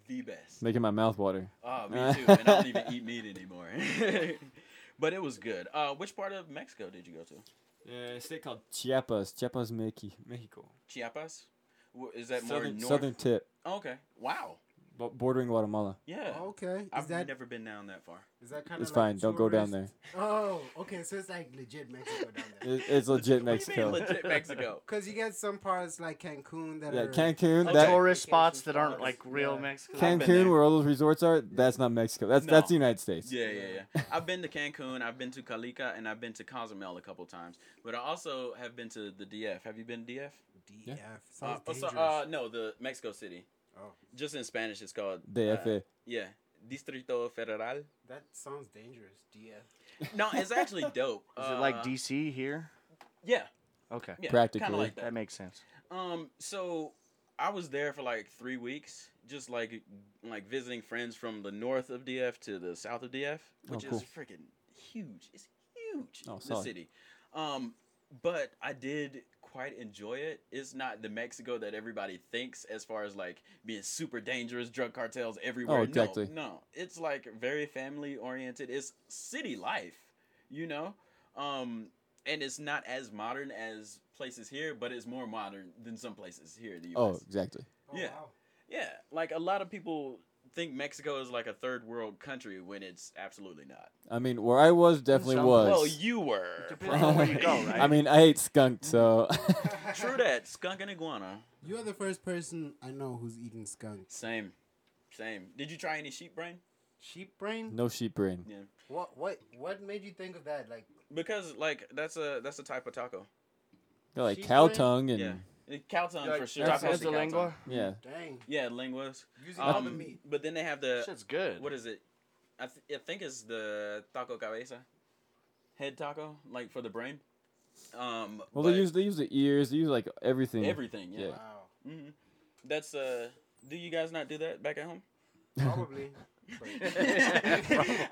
S1: the best. Ah,
S2: Making my mouth water.
S1: Oh, me too. and I don't even eat meat anymore. But it was good. Uh, which part of Mexico did you go to?
S2: Yeah, a state Eh, called Chiapas. Chiapas, Mequi- Mexico.
S1: Chiapas? Wh- Is that more
S2: southern,
S1: north?
S2: southern tip,
S1: Oh, okay. Wow.
S2: bo- bordering Guatemala.
S1: Yeah.
S5: Okay. Oh, Is
S1: I've
S5: that
S1: never been down that far.
S3: Is that kind of
S2: It's fine. Don't go down there.
S3: Oh, okay. So it's like legit Mexico down there.
S2: It, it's legit
S1: What do you
S2: Mexico.
S1: mean legit Mexico.
S3: Because you get some parts like Cancun that
S2: Yeah,
S3: are
S2: Cancun.
S1: Okay.
S2: That
S4: Tourist
S3: Vacation
S4: spots that aren't
S3: spots,
S4: like real
S3: yeah.
S4: Mexico.
S1: I've been
S2: Cancun,
S1: there.
S2: where all those resorts are, that's not Mexico. That's
S1: No.
S2: that's the United States.
S1: Yeah, yeah, yeah. I've been to Cancun, I've been to Calica, and I've been to Cozumel a couple times. But I also have been to the DF. Have you been to DF?
S3: DF.
S1: Uh,
S3: Sounds
S1: oh, so-
S3: dangerous.
S1: uh, no, the Mexico City.
S3: oh,
S1: Just in Spanish, it's called
S2: DFA.
S1: uh, yeah, Distrito Federal.
S3: that sounds dangerous. DF.
S1: No, it's actually dope.
S4: Is it like
S1: Uh,
S4: DC here?
S1: Yeah,
S4: Okay,
S1: yeah
S2: Practically.
S1: Kinda like
S4: that
S1: that.
S4: makes sense.
S1: Um, so I was there for like three weeks, just like like visiting friends from the north of DF to the south of DF,
S2: Oh,
S1: which
S2: cool.
S1: is freaking huge. It's huge.
S2: Oh,
S1: the
S2: solid.
S1: city. Um, but I did quite enjoy it. It's not the Mexico that everybody thinks, as far as like being super dangerous, drug cartels everywhere.
S2: Oh, exactly.
S1: No, no, it's like very family oriented. It's city life, you know. Um, and it's not as modern as places here, but it's more modern than some places here in the U.S.
S2: Oh, exactly.
S3: Oh,
S1: Yeah.
S3: Wow.
S1: Yeah, like a lot of people think Mexico is like a third world country when it's absolutely not.
S2: I mean, where I was definitely
S4: sounds-
S2: was.
S1: Well, you were.
S4: depends on where you go, right?
S2: I mean, I ate skunk, so
S1: True that. Skunk and iguana.
S5: You are the first person I know who's eating skunk.
S1: Same. Same. Did you try any sheep brain?
S3: Sheep brain.
S2: no sheep brain.
S1: Yeah.
S3: What? What? What made you think of that? Like
S1: Because like that's a that's a type of taco.
S2: Got like
S3: Sheep
S2: cow
S3: brain?
S2: tongue and
S1: Yeah.
S2: yeah.
S1: Cow tongue
S4: Like
S1: for sure.
S2: that's-
S1: Tacos
S2: that's
S1: to cow tongue.
S3: Dang.
S1: Yeah, linguas.
S3: Using all the
S1: Um,
S3: meat.
S1: but then they have the
S4: Shit's good.
S1: what is it? I, th- I think it's the taco cabeza, head taco, like for the brain. Um,
S2: Well, they
S1: but
S2: use they use the ears. They use like everything.
S1: everything. Yeah.
S2: Yeah.
S3: Wow.
S1: hmm That's uh. Do you guys not do that back at home?
S3: Probably. but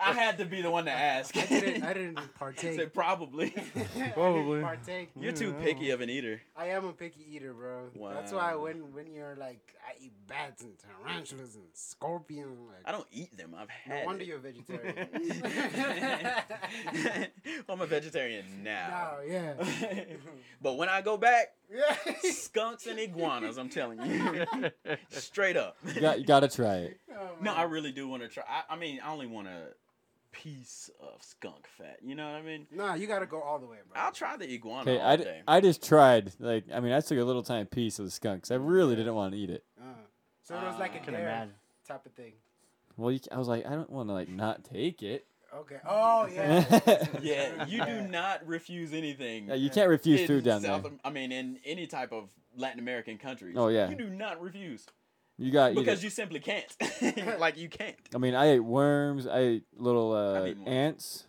S1: I had to be the one to ask.
S3: I didn't. I didn't
S1: Say
S3: partake.
S1: probably.
S4: Probably.
S3: I didn't partake.
S1: You're too picky of an eater.
S3: I am a picky eater, bro. That's why
S1: Wow.
S3: when when you're like, I eat bats and tarantulas and scorpions. I'm like,
S1: I don't eat them. I've had.
S3: No wonder
S1: it.
S3: you're a vegetarian.
S1: well, I'm a vegetarian now.
S3: no, yeah.
S1: but when I go back,
S3: Yeah.
S1: skunks and iguanas. I'm telling you, straight up.
S2: You got you gotta try it.
S3: Oh,
S1: No,
S3: man.
S1: I really do want to try. I, I mean, I only want a piece of skunk fat. You know what I mean?
S3: Nah, you gotta go all the way, bro.
S1: I'll try the iguana
S2: Okay,
S1: all
S2: I, d-
S1: day.
S2: I just tried. Like, I mean, I took a little tiny piece of the skunk 'cause I really didn't want to eat it.
S3: Uh, so it was like
S1: I
S3: a
S1: can
S4: Can
S3: dare
S4: imagine.
S3: type of thing.
S2: Well, you, c- I was like, I don't want to like not take it.
S3: Okay. Oh yeah.
S1: yeah, you do not refuse anything.
S2: Yeah, Uh, you can't refuse
S1: in
S2: food down
S1: South,
S2: there.
S1: Am- I mean, in any type of Latin American country.
S2: Oh, yeah.
S1: You do not refuse
S2: You got eat
S1: because
S2: it.
S1: you simply can't. like you can't.
S2: I mean, I ate worms. I ate little uh,
S1: eaten worms.
S2: ants.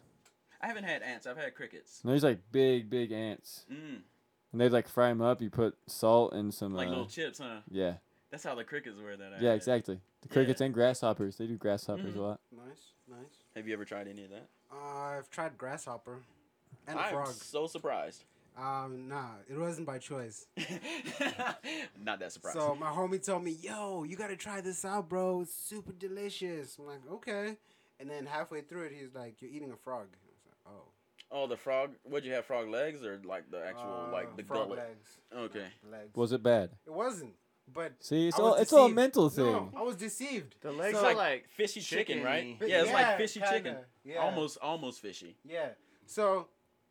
S1: I haven't had ants. I've had crickets.
S2: And there's like big, big ants,
S1: Mm,
S2: and they like fry them up. You put salt and some.
S1: like
S2: uh,
S1: little chips, huh?
S2: yeah,
S1: That's how the crickets were that I
S2: yeah,
S1: had.
S2: exactly. The
S1: Uh, Yeah.
S2: crickets and grasshoppers. They do grasshoppers
S1: Mhm.
S2: a lot.
S3: nice, nice.
S1: Have you ever tried any of that?
S3: Uh, I've tried grasshopper and a
S1: I'm
S3: frog.
S1: so surprised.
S3: Um, nah, it wasn't by choice.
S1: Not that surprised.
S3: So my homie told me, "Yo, you gotta try this out, bro. It's super delicious." I'm like, "Okay." And then halfway through it, he's like, "You're eating a frog." I was like, "Oh."
S1: oh, the frog. What'd you have? Frog legs or like the actual
S3: Uh,
S1: like the
S3: frog
S1: gullet?
S3: legs.
S1: Okay.
S3: Legs.
S2: Was it bad?
S3: It wasn't, but
S2: See, it's
S3: I
S2: all
S3: was
S2: it's all a
S3: deceived.
S2: mental thing.
S3: no, I was deceived.
S4: The legs
S1: So,
S4: are
S1: like,
S4: like
S1: fishy chicken, right?
S4: chickeny.
S1: Yeah, it's
S3: Yeah,
S1: like fishy
S3: kinda,
S1: chicken.
S3: yeah.
S1: Almost, almost fishy.
S3: Yeah. So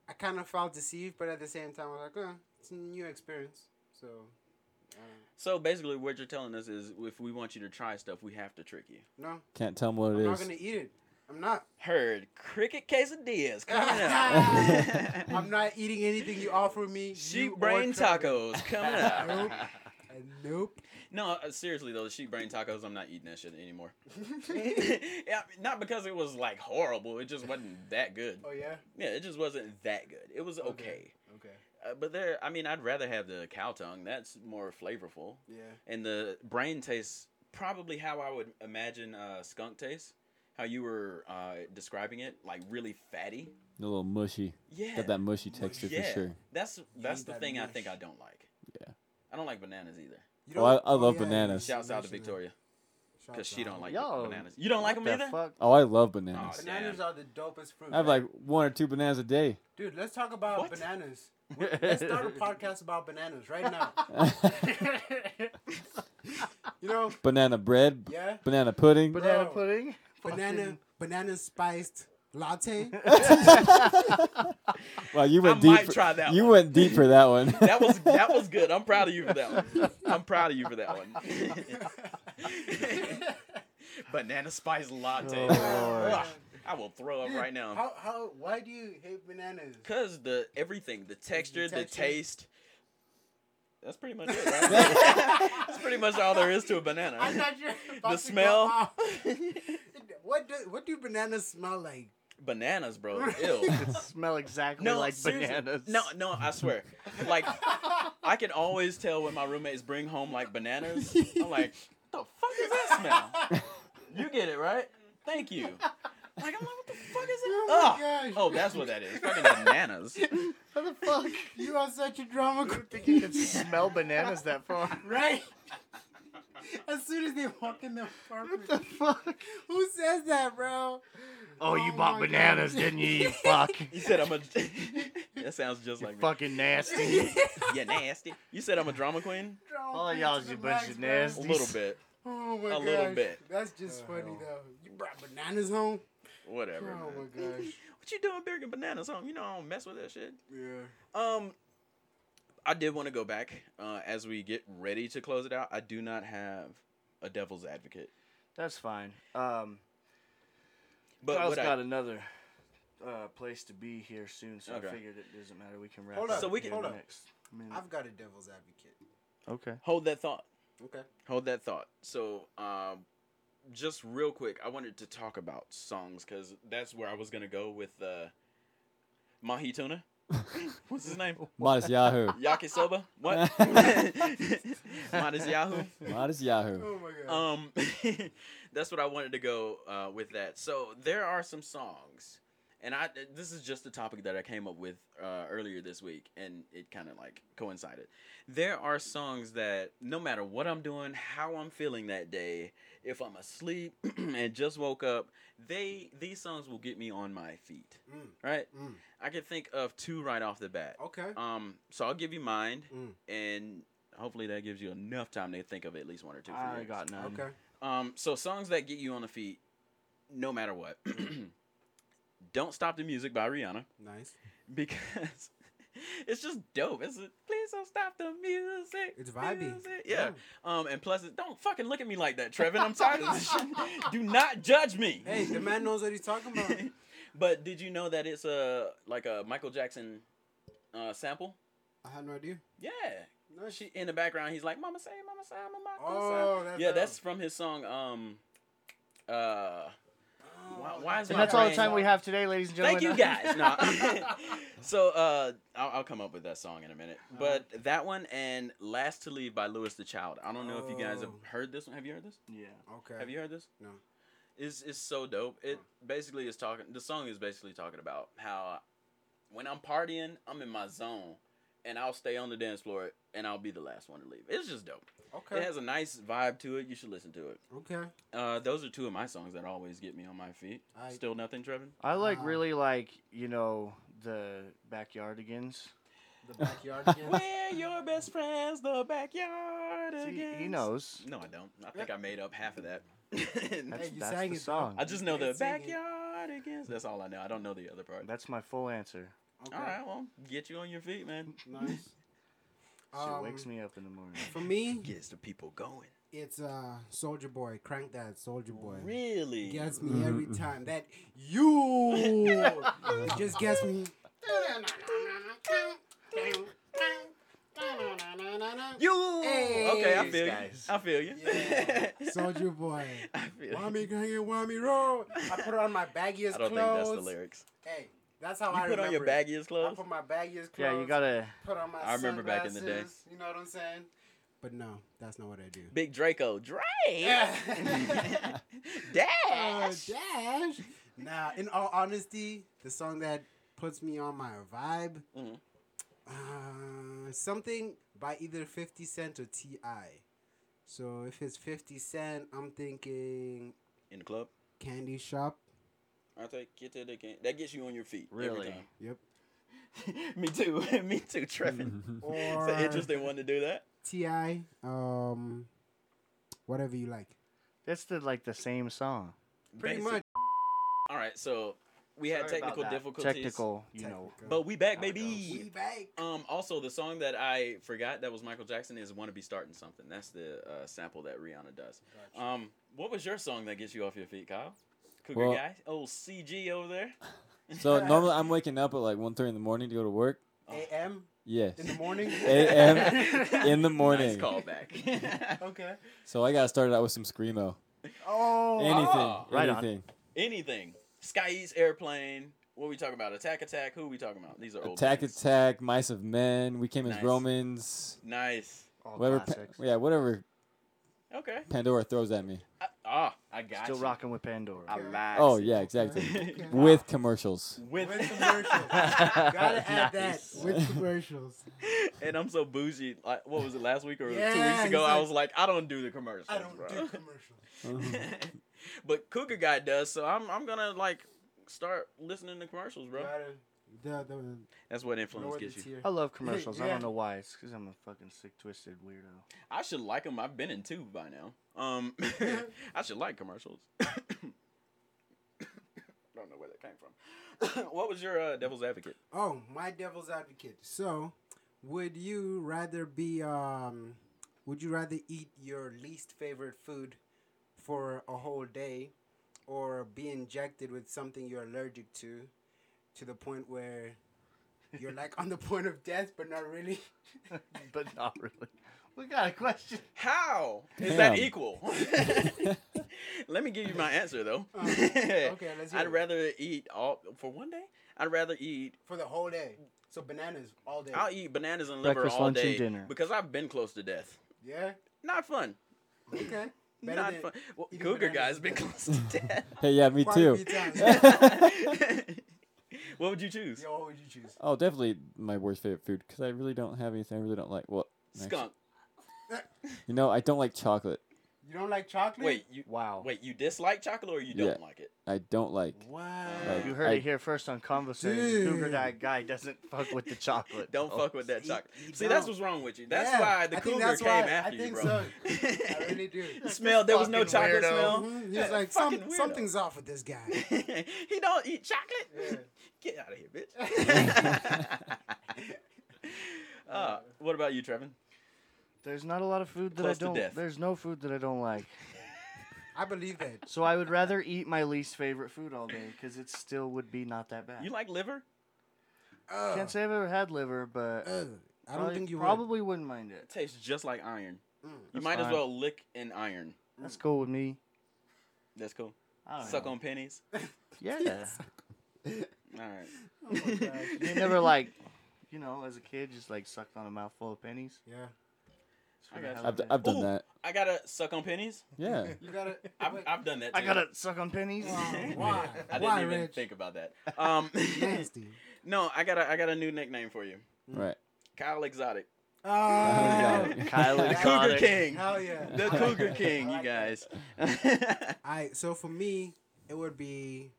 S3: I kind of felt deceived, but at the same time, I was like, "Uh, it's a new experience." So. Uh,
S1: So basically, what you're telling us is, if we want you to try stuff, we have to trick you.
S3: no,
S2: Can't tell them what
S3: I'm
S2: it
S3: not
S2: is.
S3: gonna eat it. I'm not.
S1: Heard cricket quesadillas coming up.
S3: I'm not eating anything you offer me. you
S1: sheep
S3: or
S1: brain
S3: Trevor.
S1: tacos coming up.
S3: Nope. Uh, nope.
S1: No, uh, seriously though, the sheep brain tacos, I'm not eating that shit anymore.
S3: Oh,
S1: yeah, not because it was like horrible. It just wasn't that good.
S3: Oh yeah.
S1: Yeah, it just wasn't that good. It was okay.
S3: Okay.
S1: Uh, but there, I mean, I'd rather have the cow tongue. That's more flavorful.
S3: Yeah.
S1: and the brain tastes probably how I would imagine uh, skunk tastes. How you were uh, describing it, like really fatty.
S2: A little mushy.
S1: Yeah,
S2: Got that mushy texture
S1: yeah.
S2: for sure.
S1: That's that's
S3: need
S1: the
S3: that
S1: thing I
S3: mush.
S1: think I don't like.
S2: Yeah.
S1: I don't like bananas either.
S3: You
S2: Well,
S3: don't- Oh,
S2: I- I love
S3: you
S2: bananas.
S1: Shouts out to
S3: mentioned that.
S1: Victoria.
S5: Shout
S1: because she
S5: out.
S1: don't like
S4: Yo,
S1: bananas. You don't like them
S4: The
S1: either.
S4: fuck?
S2: Oh, I love bananas.
S1: Oh,
S3: Bananas
S1: Damn.
S3: are the dopest fruit.
S2: I have
S3: man.
S2: like one or two bananas a day.
S3: dude, let's talk about
S1: What?
S3: bananas. Let's start a podcast about bananas right now. You know,
S2: banana bread, b-
S3: Yeah.
S2: banana pudding.
S4: Banana
S3: Bro.
S4: pudding.
S5: banana,
S4: Fucking-
S5: banana spiced latte.
S2: Wow, you went
S1: I
S2: deep.
S1: might
S2: for,
S1: try that
S2: You
S1: one.
S2: went deep for that one.
S1: That was that was good. I'm proud of you for that one. I'm proud of you for that one. Banana spice latte.
S4: Oh, Lord.
S1: Ugh, I will throw up right now.
S3: how how why do you hate bananas?
S1: Cause the everything, the texture, the
S3: texture.
S1: taste. That's pretty much it, right? That's pretty much all there is to a
S3: I
S1: banana.
S3: thought you were
S1: The
S3: about to go
S1: smell.
S3: off. what do what do bananas smell like?
S1: Bananas, bro. Ew.
S4: Smell exactly like
S1: seriously.
S4: bananas.
S1: No, no, I swear. Like, I can always tell when my roommates bring home like bananas. I'm like, what the fuck is that smell? You get it right. Thank you. Like, I'm like, what the fuck is that?
S3: Oh my
S1: Ugh.
S3: gosh.
S1: oh, that's what that is. Fucking bananas.
S4: How the fuck?
S3: You are such a drama
S4: I
S3: queen.
S4: don't think you can smell bananas that far.
S3: Right? as soon as they walk in the apartment.
S4: the fuck?
S3: Who says that, bro?
S4: Oh, you
S3: Oh
S4: bought
S3: my
S4: bananas,
S3: God.
S4: didn't you? You fuck.
S1: He said I'm a. that sounds just like me.
S4: Fucking nasty.
S1: You nasty. You said I'm a drama queen.
S3: Drama
S4: All
S3: queen
S4: y'all
S3: to
S4: is
S3: the
S4: a bunch
S3: max,
S4: of
S3: bro.
S1: A
S4: nasty-
S1: little bit.
S3: Oh my
S1: A
S3: gosh.
S1: little bit.
S3: That's just funny though. You brought bananas home?
S1: Whatever.
S3: Oh
S1: man.
S3: my gosh.
S1: What you doing bringing bananas home? You know I don't mess with that shit.
S3: Yeah.
S1: Um, I did want to go back uh, as we get ready to close it out. I do not have a devil's advocate,
S4: That's fine. Um,
S1: but
S4: Kyle's
S1: what I-
S4: got another uh, place to be here soon, so
S1: Okay.
S4: I figured it doesn't matter. We can wrap.
S3: Hold
S4: it
S1: up, So we
S4: here
S1: can-
S4: in the
S3: hold up.
S4: next minute.
S3: I've got a devil's advocate.
S4: Okay.
S1: hold that thought.
S3: Okay.
S1: Hold that thought. So, um, just real quick, I wanted to talk about songs because that's where I was gonna go with uh, Mahi Tuna. What's his name?
S2: Modest Yahoo.
S1: Yakisoba. What? Modest Yahoo.
S2: Modest Yahoo.
S3: Oh my gosh.
S1: Um, that's what I wanted to go uh, with that. So there are some songs, and I this is just a topic that I came up with uh, earlier this week, and it kind of like coincided. There are songs that no matter what I'm doing, how I'm feeling that day, if I'm asleep and just woke up, they these songs will get me on my feet.
S3: Mm.
S1: Right?
S3: Mm.
S1: I can think of two right off the bat.
S3: Okay.
S1: Um, so I'll give you mine,
S3: Mm.
S1: and hopefully that gives you enough time to think of at least one or two. for
S4: I
S1: yours.
S4: got none.
S3: Okay.
S1: Um, so songs that get you on the feet, no matter what. Don't stop the music by Rihanna
S3: Nice.
S1: because it's just dope. It's a, please don't stop the music.
S5: It's vibey.
S1: music."
S3: Mm.
S1: Yeah. Um, and plus, it, don't fucking look at me like that, Trevin. I'm tired of this shit. Do not judge me.
S3: Hey, the man knows what he's talking about.
S1: but did you know that it's a like a Michael Jackson uh, sample?
S5: I had no idea.
S1: Yeah.
S3: Nice.
S1: She in the background. He's like, "Mama say, Mama say, Mama say."
S3: Oh, that's
S1: yeah,
S3: dope.
S1: that's from his song. Um, uh.
S3: Oh,
S1: Why, why is
S4: And
S1: my
S4: that's all the
S1: brain-
S4: time we have today, ladies and gentlemen.
S1: Thank you guys. No. so uh, I'll, I'll come up with that song in a minute.
S3: Uh-huh.
S1: But that one and "Last to Leave" by Lewis the Child. I don't know if you guys have
S3: Oh.
S1: heard this one. Have you heard this?
S4: yeah.
S3: Okay.
S1: Have you heard this?
S3: No. Uh-huh.
S1: It's it's so dope. It basically is talking. The song is basically talking about how when I'm partying, I'm in my zone, and I'll stay on the dance floor, and I'll be the last one to leave. It's just dope. It
S3: Okay.
S1: has a nice vibe to it. You should listen to it.
S3: Okay.
S1: Uh, those are two of my songs that always get me on my feet.
S3: I-
S1: Still nothing, Trevin.
S4: I like
S3: Ah.
S4: really like you know the backyardigans.
S3: The backyard again.
S1: We're your best friends, the backyard
S4: See,
S1: again.
S4: he knows.
S1: No, I don't. I think I made up half of that.
S4: That's,
S3: you
S4: that's
S3: sang
S4: the
S3: it,
S4: song.
S1: I just know the
S3: Great singing.
S1: backyard again. That's all I know. I don't know the other part.
S4: That's my full answer.
S3: Okay.
S1: All right, well, get you on your feet, man.
S3: Nice.
S4: She
S3: Um,
S4: wakes me up in the morning.
S5: For me,
S1: Gets the people going.
S5: it's uh, Soldier Boy. Crank that Soldier Boy.
S1: Really?
S5: Gets
S4: Mm-hmm.
S5: me every time. That you it just gets me.
S1: You. okay, I
S4: These
S1: feel
S4: guys.
S1: you. I feel you.
S3: Yeah.
S5: Soldier Boy.
S1: I feel you.
S5: Wami gang and Wami roll.
S3: I put on my baggiest
S1: I don't
S3: clothes.
S1: think that's the lyrics.
S3: Hey, that's how
S1: You
S3: I
S1: put
S3: remember.
S1: on your
S3: it.
S1: baggiest
S3: I
S1: clothes.
S3: put my baggiest clothes.
S4: Yeah, you gotta.
S3: put on my.
S1: I remember back in the day.
S3: sunglasses, You know what I'm saying?
S5: But no, that's not what I do.
S1: Big Draco. Drake.
S3: Yeah.
S5: Uh,
S1: Dash.
S5: Dash.
S3: Nah, in all honesty, the song that puts me on my vibe,
S1: Mhm.
S3: uh, something by either Fifty Cent or Ti. So if it's 50 Cent, I'm thinking
S1: in the club.
S3: candy shop.
S1: I take get to the game. That gets you on your feet.
S4: Really?
S1: Every time.
S3: Yep.
S1: Me too. Me too, Trevin.
S3: Or
S1: it's an interesting one to do that.
S3: Ti. Um, whatever you like.
S4: That's the like the same song.
S3: Pretty
S1: Basic.
S3: much.
S1: All right, so we had
S4: Sorry about
S1: technical
S4: that.
S1: difficulties.
S4: Technical, you know.
S3: Technical.
S1: But we back,
S4: How it
S1: baby.
S3: Oh, we back.
S1: Um. Also, the song that I forgot that was Michael Jackson is "Wanna Be Starting Something." That's the uh, sample that Rihanna does. Um. What was your song that gets you off your feet, Kyle? Cougar
S2: Well-
S1: guy. Oh, CG over there.
S2: So normally I'm waking up at like 1.30 in the morning to go to work.
S3: A.M.
S2: Yes.
S3: in the morning.
S2: A.M. in the
S1: Nice
S2: morning.
S1: callback.
S3: okay.
S2: So I got started out with some screamo.
S4: Oh,
S2: Anything.
S1: oh,
S4: right on.
S2: anything.
S1: Anything. Sky's airplane. What we talking about? Attack, attack. Who we talking about? These are old.
S2: Attack,
S1: things.
S2: attack. Mice of men. We came as
S1: Oh, Nice.
S2: Romans.
S1: Nice.
S4: all
S2: Whatever. pa-
S4: classics.
S2: yeah. Whatever
S1: Okay.
S2: Pandora throws at me.
S1: I- Ah, I got
S4: Still
S1: you.
S4: rocking with Pandora.
S1: I lied.
S2: Oh yeah, exactly.
S3: Okay.
S2: With commercials.
S1: With,
S3: With commercials. Gotta add
S4: Nice.
S3: that with commercials.
S1: and I'm so bougie. Like, what was it last week or two
S3: Yeah,
S1: weeks ago?
S3: he's
S1: I
S3: like,
S1: was like, I don't do the commercials,
S3: I don't
S1: bro.
S3: do commercials.
S1: but Cougar Guy does, so I'm I'm gonna like start listening to commercials, bro.
S3: Gotta- The, the,
S1: That's what influence
S3: lower the
S1: gets you.
S3: tier.
S4: I love commercials. I
S3: Yeah.
S4: don't know why. It's because I'm a fucking sick, twisted weirdo.
S1: I should like them. I've been in two by now. Um, I should like commercials. don't know where that came from. what was your uh, devil's advocate?
S3: Oh, my devil's advocate. So, would you rather be um would you rather eat your least favorite food for a whole day or be injected with something you're allergic to to the point where you're like on the point of death but not really?
S4: but not really. We got a question.
S1: How is that
S2: Damn.
S1: equal? Let me give you my answer though.
S3: Uh, okay, let's hear
S1: I'd
S3: it.
S1: rather eat all for one day. I'd rather eat.
S3: For the whole day. So bananas all day.
S1: I'll eat bananas and liver
S4: Breakfast,
S1: all
S4: lunch, and
S1: day
S4: dinner.
S1: because I've been close to death.
S3: yeah?
S1: Not fun.
S3: Okay. Better
S1: Not
S3: than
S1: fun. Well,
S3: eating
S1: Cougar
S3: bananas
S1: guy's
S3: is
S1: been
S3: better.
S1: close to death.
S2: Hey, yeah, me
S3: Quite a
S2: too.
S3: few times.
S1: what would you choose?
S3: Yo, what would you choose?
S2: oh, definitely my worst favorite food because I really don't have anything I really don't like. Well, actually-
S1: Skunk.
S2: You know, I don't like chocolate.
S3: You don't like chocolate?
S1: Wait, you
S4: Wow.
S1: wait. You dislike chocolate or you don't
S2: Yeah.
S1: like it?
S2: I don't like.
S3: Wow.
S2: Like-
S4: You heard
S2: I-
S4: it here first on Conversation. Cougar
S3: Dude.
S4: Guy guy doesn't fuck with the chocolate.
S1: Don't
S4: Oh.
S1: fuck with that
S3: You-
S1: chocolate.
S3: you
S1: See, that's
S3: don't.
S1: what's wrong with you. That's
S3: Yeah,
S1: why the
S3: I think
S1: cougar
S3: that's
S1: came
S3: why.
S1: after
S3: I
S1: you,
S3: think
S1: bro.
S3: so. I really do.
S1: smell. There was no
S4: Fucking
S1: chocolate
S4: weirdo.
S1: smell.
S3: Mhm. He's
S1: Yeah, fucking
S3: like, "Some-
S1: weirdo.
S3: something's off with this guy.
S1: he don't eat chocolate.
S3: Yeah.
S1: Get out of here, bitch. uh, what about you, Trevin?
S4: There's not a lot of food that
S1: Close to
S4: I don't.
S1: death.
S4: There's no food that I don't like.
S3: I believe that.
S4: So I would rather eat my least favorite food all day because it still would be not that bad.
S1: You like uh, liver?
S3: Ugh.
S4: Can't say I've ever had liver, but
S2: Uh,
S3: Ugh. I don't
S4: probably-
S3: think you would. Mm. Oh
S4: probably wouldn't mind
S1: It
S4: it.
S1: tastes just like iron. you
S4: That's
S1: might as
S4: fine.
S1: well lick an iron.
S4: That's cool with me.
S1: That's cool.
S4: I don't
S1: Suck
S4: know.
S1: on pennies.
S4: Yeah.
S1: All right.
S4: you never like, you know, as a kid, just like sucked on a mouthful of pennies.
S3: Yeah.
S4: Just for
S1: I
S4: the
S1: got
S4: hell
S1: you.
S2: I've,
S4: of
S2: d-
S4: it.
S2: I've done
S1: Ooh.
S2: that.
S1: I gotta suck on pennies.
S2: Yeah.
S3: You gotta.
S1: I've,
S3: wait,
S1: I've done that. Too.
S4: I gotta suck on pennies.
S3: why?
S1: I
S3: Why?
S1: didn't
S3: Why,
S1: even
S3: Rich?
S1: think about that. Um,
S3: Nasty.
S1: no, I got a, I got a new nickname for you,
S2: Right.
S1: Kyle Exotic,
S3: Oh,
S2: Yeah.
S4: Kyle
S1: the
S4: Exotic.
S1: Cougar King,
S3: hell yeah.
S1: the Cougar King. You guys.
S3: I so for me, it would be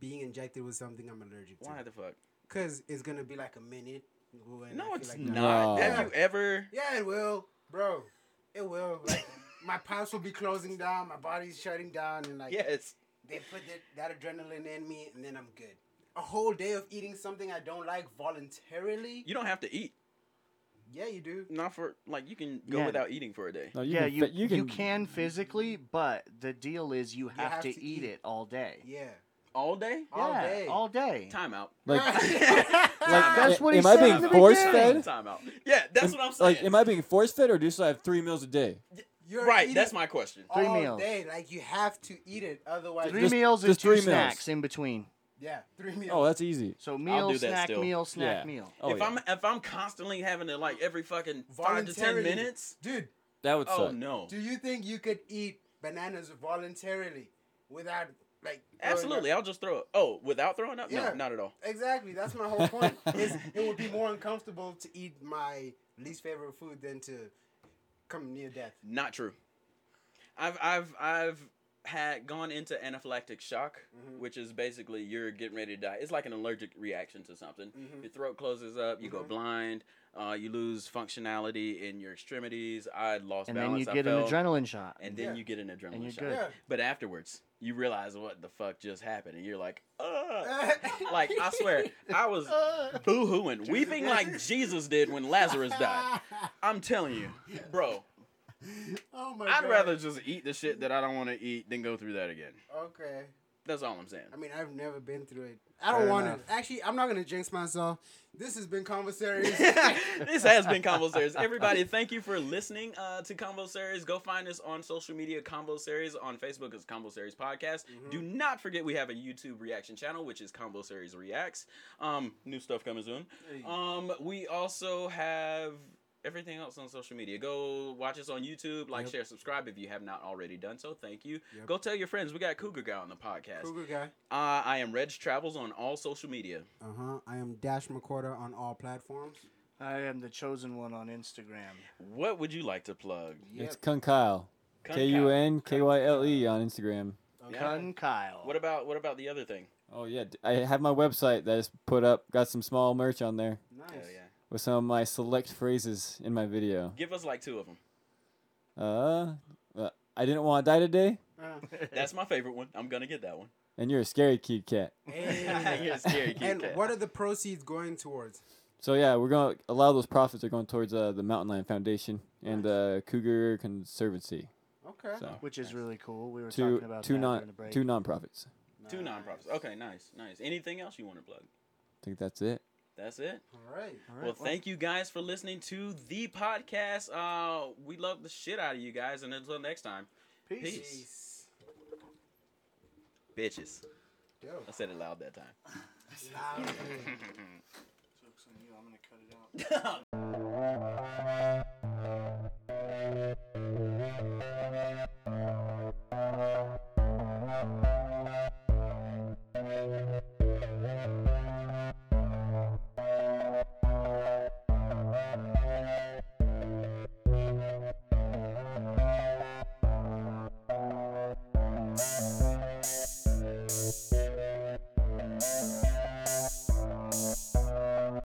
S3: being injected with something I'm allergic to.
S1: Why the fuck?
S3: Because it's gonna be like a minute. when I
S1: No,
S3: feel
S1: it's
S3: like-
S1: not.
S2: No.
S1: Have you ever?
S3: Yeah, it will, bro. It will. Like my pipes will be closing down, my body's shutting down, and like
S1: Yes.
S3: they put that, that adrenaline in me, and then I'm good. A whole day of eating something I don't like voluntarily.
S1: You don't have to eat.
S3: yeah, you do.
S1: Not for like you can go
S4: Yeah.
S1: without eating for a day.
S2: No, you
S4: Yeah,
S2: can,
S4: you,
S2: fit- you can.
S4: physically, but the deal is you have, to, eat, it all day.
S3: Yeah,
S1: All day?
S3: all
S4: Yeah,
S3: day.
S4: all day.
S1: Time out.
S2: Like,
S1: Time
S2: like,
S4: That's
S2: a-
S4: what he
S2: am I
S4: said
S2: being
S4: in the
S2: force
S4: beginning.
S2: fed?
S1: Time out. Yeah, that's what I'm saying.
S2: Like, am I being force fed or do I have three meals a day?
S3: You're
S1: right,
S3: eating
S1: that's my question.
S3: all
S4: Three meals.
S3: day. Like you have to eat it, otherwise,
S4: Three
S2: Just-
S4: meals and
S2: just
S4: two
S2: three meals.
S4: snacks in between.
S3: yeah, three meals.
S2: Oh, that's easy.
S4: So meal,
S1: do that
S4: snack,
S1: still.
S4: meal, snack,
S2: Yeah.
S4: meal.
S2: Oh,
S1: if
S2: yeah.
S1: I'm if I'm constantly having to like every fucking five to ten
S3: Voluntarily.
S1: minutes,
S3: dude.
S2: that would
S1: oh
S2: suck.
S1: no.
S3: Do you think you could eat bananas voluntarily without like throwing up?
S1: Absolutely, I'll just throw it. Oh, without throwing up?
S3: Yeah.
S1: No, not at all.
S3: Exactly, that's my whole point. is it would be more uncomfortable to eat my least favorite food than to come near death.
S1: Not true. I've I've I've had gone into anaphylactic shock,
S3: Mhm.
S1: which is basically you're getting ready to die. It's like an allergic reaction to something.
S3: Mhm.
S1: Your throat closes up, you go
S3: Mhm.
S1: blind, uh, you lose functionality in your extremities. I lost
S4: And then you
S1: balance.
S4: get
S1: I
S4: an
S1: fell,
S4: adrenaline shot.
S1: and then
S3: Yeah.
S1: you get an adrenaline
S4: you're
S1: shot.
S4: good.
S3: Yeah.
S1: But afterwards, you realize what the fuck just happened, and you're like, Ugh. like I swear, I was boo-hooing, weeping like Jesus did when Lazarus died. I'm telling you, bro.
S3: Oh my
S1: I'd
S3: God.
S1: rather just eat the shit that I don't want to eat than go through that again.
S3: Okay.
S1: That's all I'm saying.
S3: I mean, I've never been through it. I don't
S4: Fair
S3: want
S4: enough.
S3: to. Actually, I'm not gonna jinx myself. This has been conversaries.
S1: this has been Convo Series. Everybody, thank you for listening uh, to Convo Series. Go find us on social media, Convo Series. On Facebook is Convo Series Podcast. Do not forget we have a YouTube reaction channel, which is Convo Series Reacts. Um, new stuff coming soon. Um, we also have everything else on social media. Go watch us on YouTube, like,
S3: Yep.
S1: share, subscribe if you have not already done so. Thank you.
S3: Yep.
S1: Go tell your friends. We got Cougar Guy on the podcast.
S3: Cougar guy.
S1: Uh, I am Reg Travels on all social media.
S3: Uh huh. I am Dash McCorder on all platforms.
S4: I am the chosen one on Instagram.
S1: What would you like to plug?
S2: It's Kun Kyle.
S1: Kun
S2: K U
S1: Kyle.
S2: N K Y L E on Instagram.
S3: Okay.
S4: Cun Kyle.
S1: What about what about the other thing?
S2: Oh yeah, d- I have my website that is put up. Got some small merch on there
S3: Nice.
S1: Oh yeah.
S2: with some of my select phrases in my video.
S1: Give us like two of them.
S2: Uh, uh, I didn't want to die today,
S3: Uh,
S1: That's my favorite one. I'm gonna get that one.
S2: and you're a scary kid cat.
S3: hey.
S1: You're a scary kid.
S3: and
S1: cat.
S3: what are the proceeds going towards?
S2: So yeah, we're going. to A lot of those profits are going towards uh, the Mountain Lion Foundation and uh, Cougar Conservancy.
S3: Okay.
S2: So
S4: Which is really cool. We were
S2: two
S4: talking about
S2: two
S4: that
S2: non
S4: during the break.
S2: two nonprofits.
S1: two nonprofits? Okay, nice, nice. Anything else you want to plug?
S2: I think that's it.
S1: That's it.
S3: All right.
S4: All right,
S1: Well, thank you guys for listening to the podcast. Uh, we love the shit out of you guys, and until next time,
S4: Peace.
S1: peace. Bitches.
S3: Dope.
S1: I said it loud that time.
S4: I'm gonna cut it out.